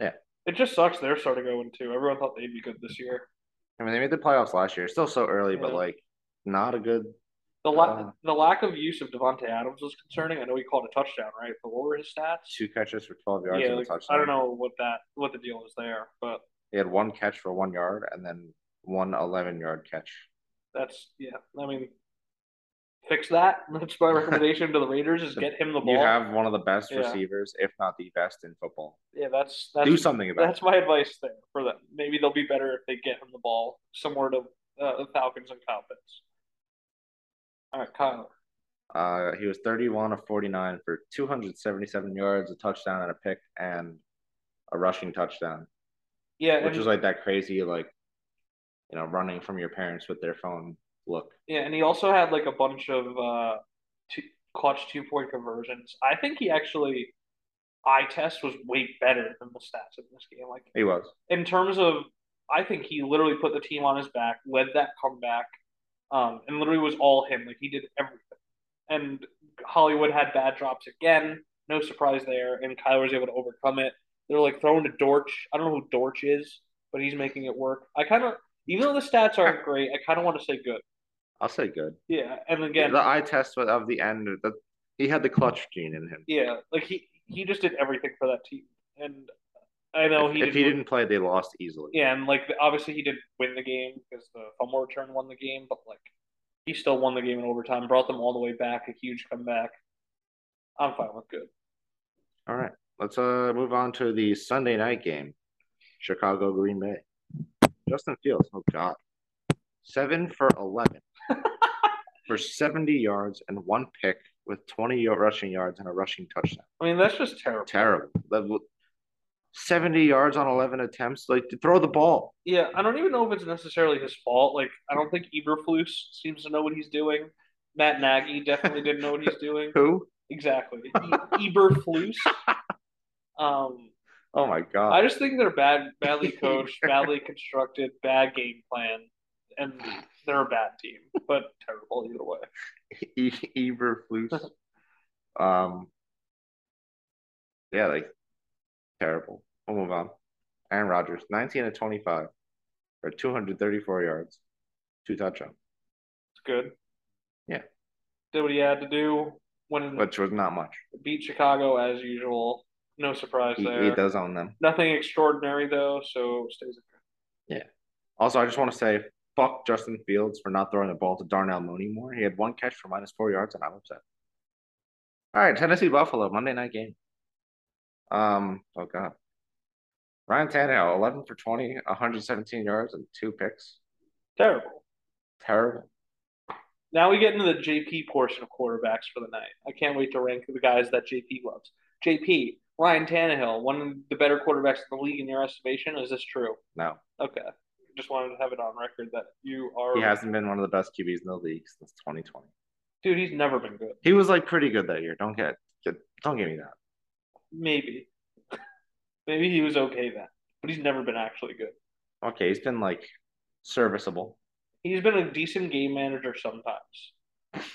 Speaker 2: Yeah.
Speaker 1: It just sucks they're starting going too. Everyone thought they'd be good this year.
Speaker 2: I mean, they made the playoffs last year. Still so early, but
Speaker 1: Yeah.
Speaker 2: like not a good.
Speaker 1: The la-
Speaker 2: Uh.
Speaker 1: the lack of use of Devonte Adams was concerning. I know he called a touchdown, right? But what were his stats?
Speaker 2: Two catches for 12 yards
Speaker 1: Yeah,
Speaker 2: and a
Speaker 1: like,
Speaker 2: touchdown.
Speaker 1: I don't know what that what the deal is there, but
Speaker 2: He had one catch for one yard and then one 11 yard catch.
Speaker 1: That's yeah. I mean, fix that. That's my recommendation to the Raiders: is get him the ball.
Speaker 2: You have one of the best
Speaker 1: Yeah.
Speaker 2: receivers, if not the best in football.
Speaker 1: yeah, that's that's
Speaker 2: Do something about
Speaker 1: that's my advice there for them. Maybe they'll be better if they get him the ball somewhere to uh, the Falcons and confidence. All right, Kyler.
Speaker 2: it. Uh, he was 31 of 49 for 277 yards, a touchdown and a pick, and a rushing touchdown,
Speaker 1: Yeah,
Speaker 2: which
Speaker 1: and,
Speaker 2: was like that crazy, like, you know, running from your parents with their phone look.
Speaker 1: yeah, and he also had like a bunch of uh, two, clutch two point conversions. I think he actually eye test was way better than the stats in this game. Like
Speaker 2: He was.
Speaker 1: in terms of, I think he literally put the team on his back, led that comeback, um, and literally was all him. Like he did everything. And Hollywood had bad drops again. No surprise there. And Kyler was able to overcome it. They're like throwing to Dortch. I don't know who Dortch is, but he's making it work. I kind of, even though the stats aren't great, I kind of want to say good.
Speaker 2: I'll say good.
Speaker 1: Yeah. And again,
Speaker 2: The eye test was of the end, the, he had the clutch gene in him.
Speaker 1: yeah, like he he just did everything for that team. And I know
Speaker 2: if
Speaker 1: he
Speaker 2: if
Speaker 1: didn't
Speaker 2: he didn't play, they lost easily.
Speaker 1: Yeah, and like obviously he did win the game because the fumble return won the game, but like he still won the game in overtime, brought them all the way back, a huge comeback. I'm fine with good.
Speaker 2: All right. Let's uh move on to the Sunday night game. Chicago Green Bay. Justin Fields. Oh god. Seven for eleven. for seventy yards and one pick with twenty yard rushing yards and a rushing touchdown.
Speaker 1: I mean that's just terrible.
Speaker 2: Terrible. That w- Seventy yards on eleven attempts. Like to throw the ball.
Speaker 1: Yeah, I don't even know if it's necessarily his fault. Like I don't think Eberflus seems to know what he's doing. Matt Nagy definitely didn't know what he's doing.
Speaker 2: Who?
Speaker 1: Exactly, e- Eberflus. Um,
Speaker 2: Oh my god.
Speaker 1: I just think they're bad, badly coached, badly constructed, bad game plan, and they're a bad team, but terrible either way.
Speaker 2: E- Eberflus. Um, yeah, like terrible. We'll move on. Aaron Rodgers, 19 of 25 for 234 yards, two touchdowns,
Speaker 1: It's good.
Speaker 2: Yeah.
Speaker 1: Did what he had to do. Went and
Speaker 2: which was not much.
Speaker 1: beat Chicago as usual. No surprise
Speaker 2: He,
Speaker 1: there.
Speaker 2: he does own them.
Speaker 1: Nothing extraordinary though, so stays in
Speaker 2: Also, I just want to say, fuck Justin Fields for not throwing the ball to Darnell Mooney more. He had one catch for minus four yards, and I'm upset. All right, Tennessee Buffalo Monday night game. Um, oh god, Ryan Tannehill, 11 for 20, 117 yards and two picks.
Speaker 1: Terrible.
Speaker 2: Terrible.
Speaker 1: Now we get into the JP portion of quarterbacks for the night. I can't wait to rank the guys that JP loves. JP, Ryan Tannehill, one of the better quarterbacks in the league in your estimation. Is this true?
Speaker 2: No,
Speaker 1: Okay. Just wanted to have it on record that you are.
Speaker 2: he hasn't been one of the best QBs in the league since 2020.
Speaker 1: Dude, he's never been good.
Speaker 2: He was like pretty good that year. Don't get, get don't give me that.
Speaker 1: Maybe. Maybe he was okay then, but he's never been actually good.
Speaker 2: Okay, he's been like serviceable.
Speaker 1: He's been a decent game manager sometimes.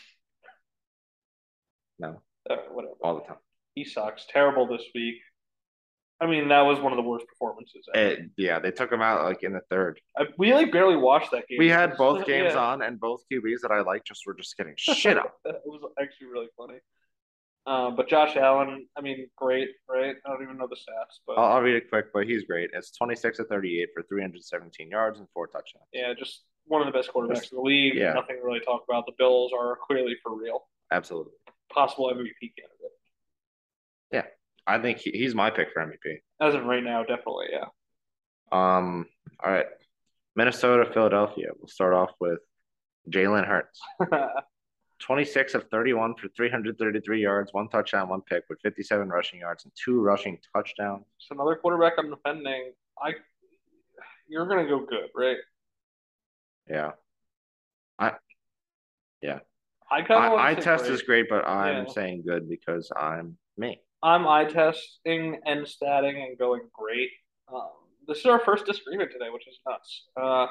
Speaker 2: No,
Speaker 1: Uh, whatever.
Speaker 2: all the time.
Speaker 1: He sucks. Terrible this week. I mean, that was one of the worst performances. Ever.
Speaker 2: It, Eh, yeah, they took him out like in the third.
Speaker 1: I, we like barely watched that game.
Speaker 2: We had both games
Speaker 1: Yeah.
Speaker 2: on, and both QBs that I like just were just getting shit up.
Speaker 1: It was actually really funny. Uh, but Josh Allen, I mean, great, right? I don't even know the stats, but
Speaker 2: I'll, I'll read it quick, but he's great. It's 26 to 38 for 317 yards and four touchdowns.
Speaker 1: yeah, just one of the best quarterbacks in the league.
Speaker 2: Yeah.
Speaker 1: Nothing to really talk about. The Bills are clearly for real.
Speaker 2: Absolutely.
Speaker 1: Possible MVP candidate.
Speaker 2: I think he, he's my pick for MVP.
Speaker 1: As of right now, definitely, yeah.
Speaker 2: Um, all right. Minnesota, Philadelphia. We'll start off with Jalen Hurts. 26 of 31 for 333 yards, one touchdown, one pick, with 57 rushing yards and two rushing touchdowns.
Speaker 1: So another quarterback I'm defending. I, you're gonna go good, right?
Speaker 2: Yeah.
Speaker 1: I kind of
Speaker 2: I, I test
Speaker 1: great.
Speaker 2: is great, but I'm
Speaker 1: Yeah.
Speaker 2: saying good because I'm me.
Speaker 1: I'm eye testing and statting and going great. Um, this is our first disagreement today, which is nuts. Uh,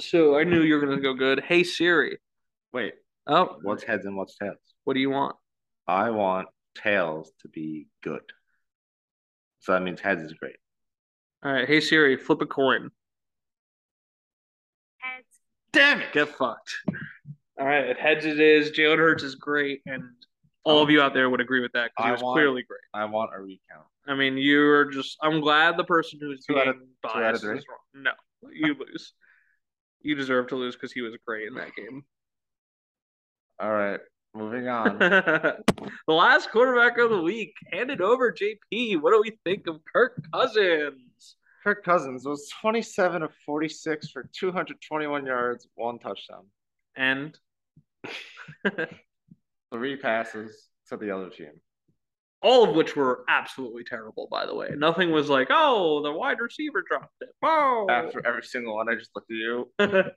Speaker 1: so I knew you were gonna go good. Hey Siri.
Speaker 2: Wait,
Speaker 1: Oh,
Speaker 2: what's heads and what's tails?
Speaker 1: what do you want?
Speaker 2: I want tails to be good. So that means heads is great.
Speaker 1: All right, hey Siri, flip a coin.
Speaker 2: Damn it.
Speaker 1: Get fucked. All right, it heads it is. Jalen Hurts is great, and all of you out there would agree with that because
Speaker 2: I
Speaker 1: he was
Speaker 2: want-
Speaker 1: clearly great.
Speaker 2: I want a recount.
Speaker 1: I mean, you're just. I'm glad the person who's
Speaker 2: Two
Speaker 1: being
Speaker 2: out of-
Speaker 1: biased
Speaker 2: out of three?
Speaker 1: is wrong. No, you lose. You deserve to lose because he was great in that game.
Speaker 2: All right, moving on.
Speaker 1: the last quarterback of the week handed over JP. What do we think of Kirk Cousins?
Speaker 2: Kirk Cousins was 27 of 46 for 221 yards, one touchdown,
Speaker 1: And
Speaker 2: three passes to the other team.
Speaker 1: all of which were absolutely terrible, by the way. Nothing was like, oh, the wide receiver dropped it. Oh.
Speaker 2: After every single one, I just looked at you,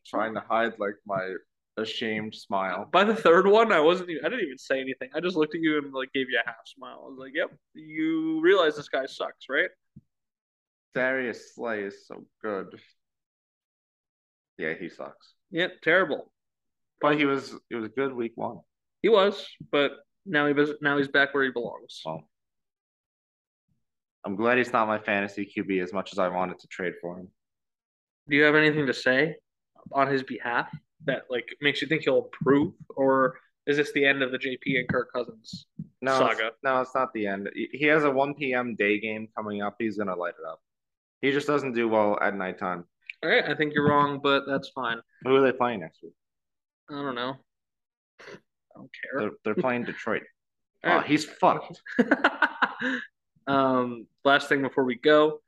Speaker 2: trying to hide like my ashamed smile.
Speaker 1: By the third one, I wasn't even, I didn't even say anything. I just looked at you and like gave you a half smile. I was like, yep, you realize this guy sucks, right?
Speaker 2: Darius Slay is so good. Yeah, he sucks.
Speaker 1: Yeah, terrible.
Speaker 2: But he was it was a good week one.
Speaker 1: He was, but now he was, now he's back where he belongs.
Speaker 2: Well, I'm glad he's not my fantasy QB as much as I wanted to trade for him.
Speaker 1: Do you have anything to say on his behalf that like makes you think he'll improve, or is this the end of the JP and Kirk Cousins?
Speaker 2: No, it's-
Speaker 1: Saga.
Speaker 2: no, it's not the end. He- He has a 1 p.m. day game coming up. He's gonna light it up. He just doesn't do well at nighttime.
Speaker 1: All right, I think you're wrong, but that's fine.
Speaker 2: Who are they playing next week?
Speaker 1: I don't know. I don't care.
Speaker 2: They're, they're playing Detroit.
Speaker 1: All
Speaker 2: Oh,
Speaker 1: right.
Speaker 2: he's fucked.
Speaker 1: um, last thing before we go.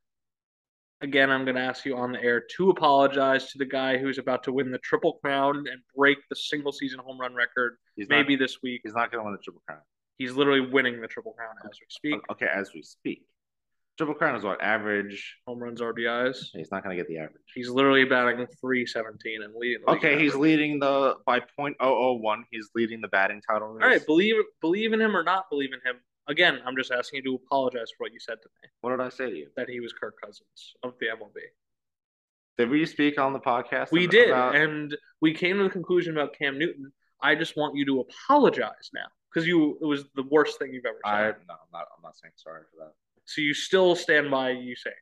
Speaker 1: Again, I'm going to ask you on the air to apologize to the guy who's about to win the Triple Crown and break the single season home run record
Speaker 2: He's not,
Speaker 1: maybe this week.
Speaker 2: he's not gonna win a triple crown.
Speaker 1: He's literally winning the Triple Crown as we speak.
Speaker 2: Okay, as we speak, triple crown is what average.
Speaker 1: Home runs, RBIs.
Speaker 2: He's not gonna get the average.
Speaker 1: He's literally batting 317 and leading. the league
Speaker 2: Okay,
Speaker 1: in
Speaker 2: he's
Speaker 1: average.
Speaker 2: leading the by .001. He's leading the batting title. Race.
Speaker 1: All right, believe believe in him or not believe in him. Again, I'm just asking you to apologize for what you said to me
Speaker 2: What did I say to you?
Speaker 1: that he was Kirk Cousins of the MLB.
Speaker 2: Did we speak on the podcast?
Speaker 1: We did,
Speaker 2: about-
Speaker 1: and we came to the conclusion about Cam Newton. I just want you to apologize now because you it was the worst thing you've ever
Speaker 2: I no,
Speaker 1: said.
Speaker 2: I'm not. I'm not saying sorry for
Speaker 1: So you still stand by you saying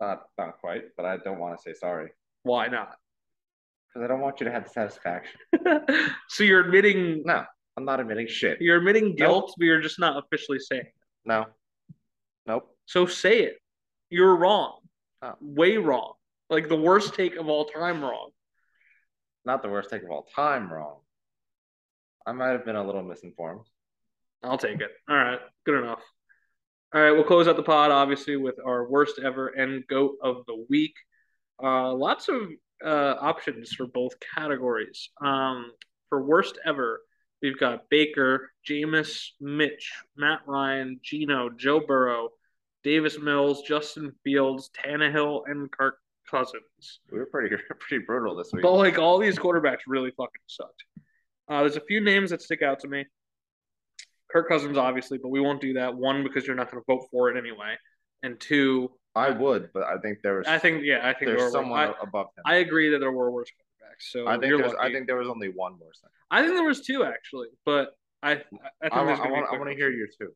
Speaker 2: that. Not not quite, but I don't want to say sorry
Speaker 1: why not?
Speaker 2: because I don't want you to have the satisfaction.
Speaker 1: so you're admitting
Speaker 2: No, I'm not admitting shit.
Speaker 1: you're admitting guilt, but you're just not officially saying. it.
Speaker 2: No, nope.
Speaker 1: So say it. You're wrong,
Speaker 2: Oh.
Speaker 1: way wrong, like the worst take of all time wrong.
Speaker 2: Not the worst take of all time. Wrong. I might have been a little misinformed.
Speaker 1: I'll take it. All right. Good enough. All right. We'll close out the pod, obviously, with our worst ever and goat of the week. Uh, lots of uh, options for both categories. Um, for worst ever, we've got Baker, Jameis, Mitch, Matt Ryan, Gino, Joe Burrow, Davis Mills, Justin Fields, Tannehill, and Kirk Cousins.
Speaker 2: We were pretty pretty brutal this week.
Speaker 1: But like all these quarterbacks really fucking sucked. Uh, there's a few names that stick out to me. Kirk Cousins, obviously, but we won't do that. One because you're not going to vote for it anyway, and two,
Speaker 2: I would, but I think there was.
Speaker 1: I think yeah, I think there were,
Speaker 2: there's someone
Speaker 1: I,
Speaker 2: above him.
Speaker 1: I agree that there were worse quarterbacks. So
Speaker 2: I think
Speaker 1: you're
Speaker 2: there's, I
Speaker 1: lucky.
Speaker 2: think there was only one more. Second.
Speaker 1: I think there was two actually, but I I think
Speaker 2: I,
Speaker 1: there's
Speaker 2: want,
Speaker 1: gonna be
Speaker 2: I, want,
Speaker 1: a
Speaker 2: I
Speaker 1: clear
Speaker 2: want to
Speaker 1: one.
Speaker 2: hear your two.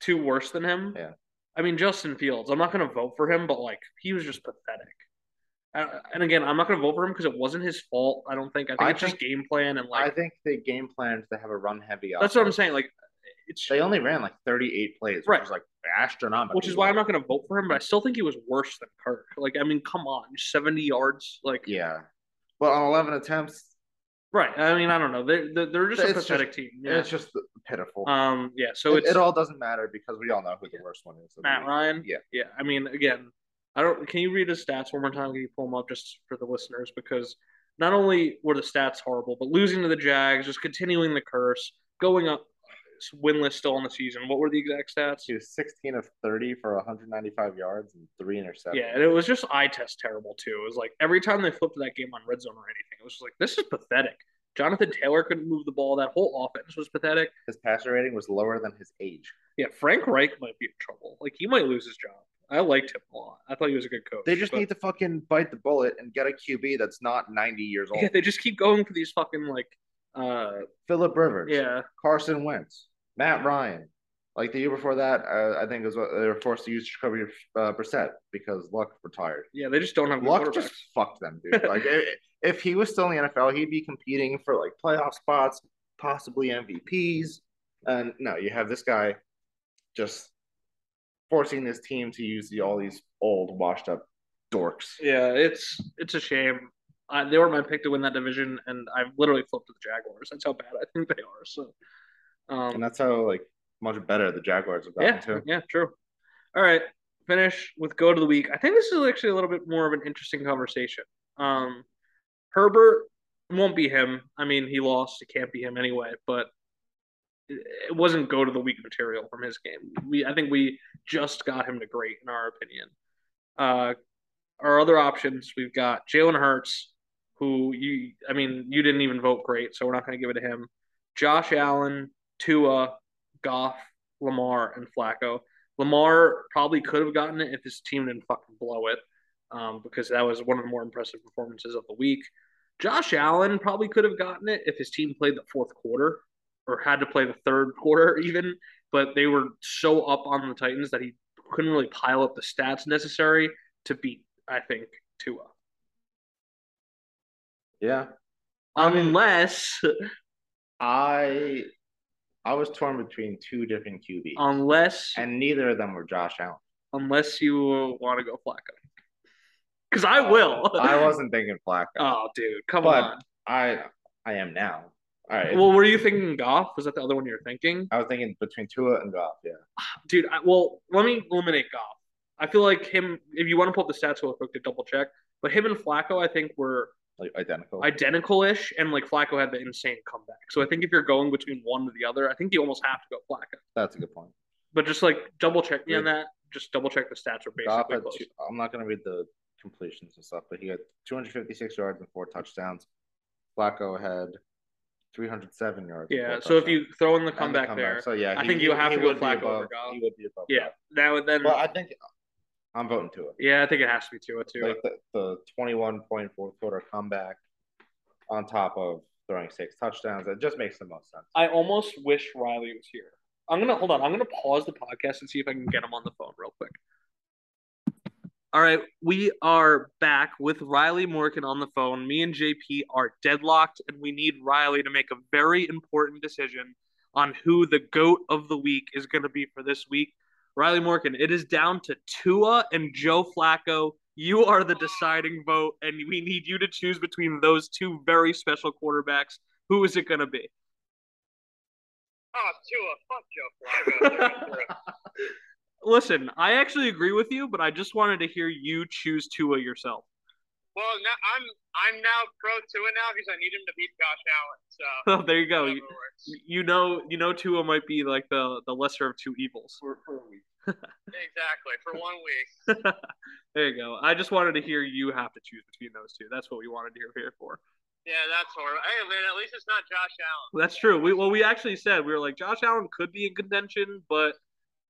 Speaker 1: two worse than him.
Speaker 2: Yeah.
Speaker 1: I mean Justin Fields. I'm not going to vote for him, but like he was just pathetic. And- And again, I'm not going to vote for him because it wasn't his fault. I don't think. I think
Speaker 2: I
Speaker 1: it's just game plan and like
Speaker 2: I think they game planned to have a run heavy.
Speaker 1: That's what I'm saying. Like, it's
Speaker 2: They only ran like 38 plays,
Speaker 1: Right.
Speaker 2: which is like astronomical.
Speaker 1: which is why I'm not going to vote for him, but I still think he was worse than Kirk. Like, I mean, come on, 70 yards. Like,
Speaker 2: Yeah. Well, on 11 attempts,
Speaker 1: right? I mean, I don't know. They're they're, they're just a
Speaker 2: It's just-
Speaker 1: pathetic team. Yeah.
Speaker 2: it's just pitiful.
Speaker 1: Um. Yeah. So
Speaker 2: it,
Speaker 1: it's
Speaker 2: it all doesn't matter because we all know who the worst one is.
Speaker 1: Matt Ryan.
Speaker 2: Yeah.
Speaker 1: Yeah. I mean, again, I don't. Can you read his stats one more time? Can you pull them up just for the listeners? Because not only were the stats horrible, but losing to the Jags, just continuing the curse, going up winless still in the season. What were the exact stats?
Speaker 2: He was 16 of 30 for 195 yards and three interceptions.
Speaker 1: Yeah, and it was just eye test terrible too. It was like every time they flipped that game on red zone or anything, it was just like this is pathetic. Jonathan Taylor couldn't move the ball. That whole offense was pathetic.
Speaker 2: His passer rating was lower than his age.
Speaker 1: Yeah, Frank Reich might be in trouble. Like he might lose his job. I liked him a lot. I thought he was a good coach.
Speaker 2: They just
Speaker 1: but-
Speaker 2: need to fucking bite the bullet and get a QB that's not 90 years old.
Speaker 1: Yeah, they just keep going for these fucking like. Uh,
Speaker 2: Philip Rivers.
Speaker 1: yeah,
Speaker 2: Carson Wentz, Matt Ryan. Like the year before that, uh, I think is what they were forced to use Jacoby uh, Brissett because Luck retired.
Speaker 1: yeah, they just don't have good
Speaker 2: Luck
Speaker 1: quarterbacks.
Speaker 2: just fucked them, dude. Like i- if he was still in the NFL, he'd be competing for like playoff spots, possibly MVPs. And no, you have this guy just forcing his team to use the, all these old, washed up dorks.
Speaker 1: Yeah, it's it's a shame. Uh, they were my pick to win that division, and I've literally flipped to the Jaguars. That's how bad I think they are. So,
Speaker 2: And
Speaker 1: um,
Speaker 2: that's how like much better the Jaguars have gotten
Speaker 1: yeah,
Speaker 2: too.
Speaker 1: yeah, true. All right, finish with go to the week. I think this is actually a little bit more of an interesting conversation. Um, Herbert won't be him. I mean, he lost. It can't be him anyway. But it it wasn't go to the week material from his game. We I think we just got him to great in our opinion. Uh, our other options we've got Jalen Hurts, who you I mean you didn't even vote great, so we're not going to give it to him. Josh Allen, Tua, Goff, Lamar, and Flacco. Lamar probably could have gotten it if his team didn't fucking blow it, um, because that was one of the more impressive performances of the week. Josh Allen probably could have gotten it if his team played the fourth quarter or had to play the third quarter even, but they were so up on the Titans that he couldn't really pile up the stats necessary to beat, I think, Tua.
Speaker 2: Yeah. I mean-
Speaker 1: Unless
Speaker 2: I I was torn between two different QBs.
Speaker 1: Um, unless
Speaker 2: and neither of them were Josh Allen.
Speaker 1: unless you want to go Flacco. Cause I will.
Speaker 2: Uh, I wasn't thinking Flacco.
Speaker 1: Oh dude, come
Speaker 2: But-
Speaker 1: on.
Speaker 2: I I am now. All right.
Speaker 1: Well, were you thinking Goff? Was that the other one you were thinking?
Speaker 2: I was thinking between Tua and Goff. Yeah.
Speaker 1: dude. I, well, let me eliminate Goff. I feel like him. If you want to pull up the stats real quick to double check, but him and Flacco, I think were
Speaker 2: Like identical.
Speaker 1: identical-ish, and like Flacco had the insane comeback. So I think if you're going between one to the other, I think you almost have to go Flacco.
Speaker 2: That's a good point.
Speaker 1: But just like double check me on that. Just double check the stats are
Speaker 2: Goff
Speaker 1: basically
Speaker 2: had
Speaker 1: close.
Speaker 2: two, I'm not going to read the completions and stuff, but he had 256 yards and four touchdowns. Flacco had 307 yards. and
Speaker 1: Yeah.
Speaker 2: four
Speaker 1: So if
Speaker 2: touchdowns.
Speaker 1: you throw in the
Speaker 2: And the
Speaker 1: comeback, there,
Speaker 2: So yeah,
Speaker 1: I think you have to go
Speaker 2: would be
Speaker 1: Flacco
Speaker 2: above-
Speaker 1: over Goff.
Speaker 2: He would be above.
Speaker 1: yeah,
Speaker 2: Goff.
Speaker 1: that would then.
Speaker 2: Well, I think I'm voting Tua.
Speaker 1: yeah, I think it has to be Tua too.
Speaker 2: like the, the 21 point fourth quarter comeback on top of throwing six touchdowns. It just makes the most sense.
Speaker 1: I almost wish Riley was here. I'm gonna hold on. I'm gonna pause the podcast and see if I can get him on the phone real quick. All right, we are back with Riley Morgan on the phone. Me and JP are deadlocked, and we need Riley to make a very important decision on who the goat of the week is going to be for this week. Riley Morgan, it is down to Tua and Joe Flacco. You are the deciding vote, and we need you to choose between those two very special quarterbacks. Who is it going to be?
Speaker 3: Oh, Tua, fuck Joe Flacco.
Speaker 1: Listen, I actually agree with you, but I just wanted to hear you choose Tua yourself.
Speaker 3: well, now, I'm I'm now pro Tua now because I need him to beat Josh Allen. So
Speaker 1: So Oh, there you go. You,
Speaker 3: whatever works.
Speaker 1: you know, you know, Tua might be like the the lesser of two evils.
Speaker 3: exactly for one week.
Speaker 1: There you go. I just wanted to hear you have to choose between those two. That's what we wanted to hear here for.
Speaker 3: Yeah, that's horrible. Hey man, at least it's not Josh Allen.
Speaker 1: That's true. We well, we actually said we were like Josh Allen could be in contention, but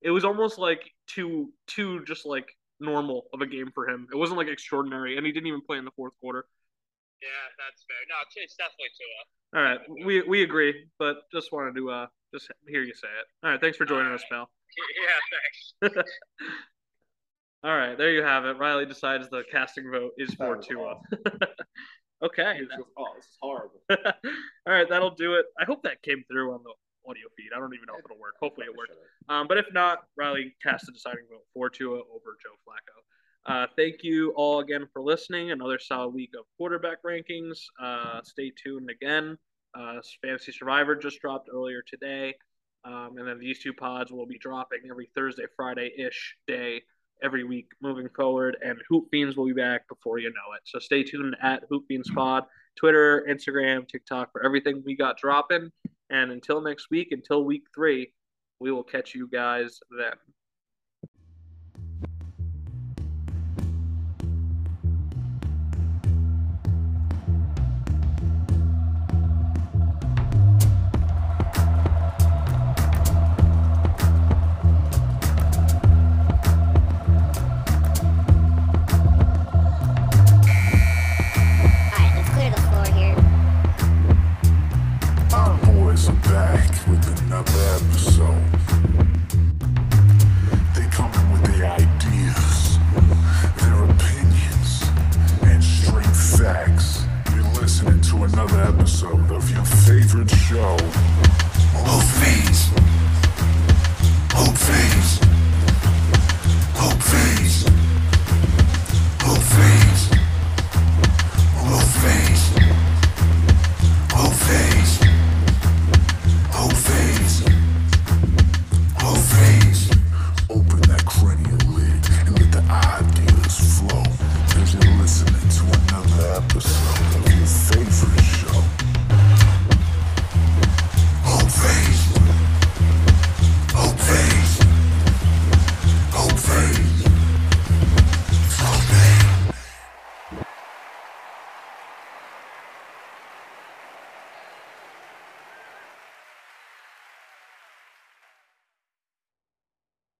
Speaker 1: it was almost like too too just like normal of a game for him. It wasn't like extraordinary, and he didn't even play in the fourth quarter.
Speaker 3: Yeah, that's fair. No, it's- it's definitely Tua.
Speaker 1: All right, we we agree, but just wanted to uh just hear you say it. All right, thanks for joining us, pal.
Speaker 3: Yeah, thanks.
Speaker 1: All right, there you have it. Riley decides the casting vote is for Tua. Okay.
Speaker 2: Oh, this is horrible.
Speaker 1: All right, that'll do it. I hope that came through on the audio feed. I don't even know if it'll work. Hopefully, it worked. Um, but if not, Riley cast the deciding vote for Tua over Joe Flacco. Uh, thank you all again for listening. Another solid week of quarterback rankings. Uh, stay tuned again. Uh, Fantasy Survivor just dropped earlier today. Um, and then these two pods will be dropping every Thursday, Friday ish day every week moving forward. And Hoop Beans will be back before you know it. So stay tuned at Hoop Beans Pod, Twitter, Instagram, TikTok for everything we got dropping. And until next week, until week three, we will catch you guys then.
Speaker 4: Alright, let's clear the floor here.
Speaker 5: Boys are back with another episode. Good show.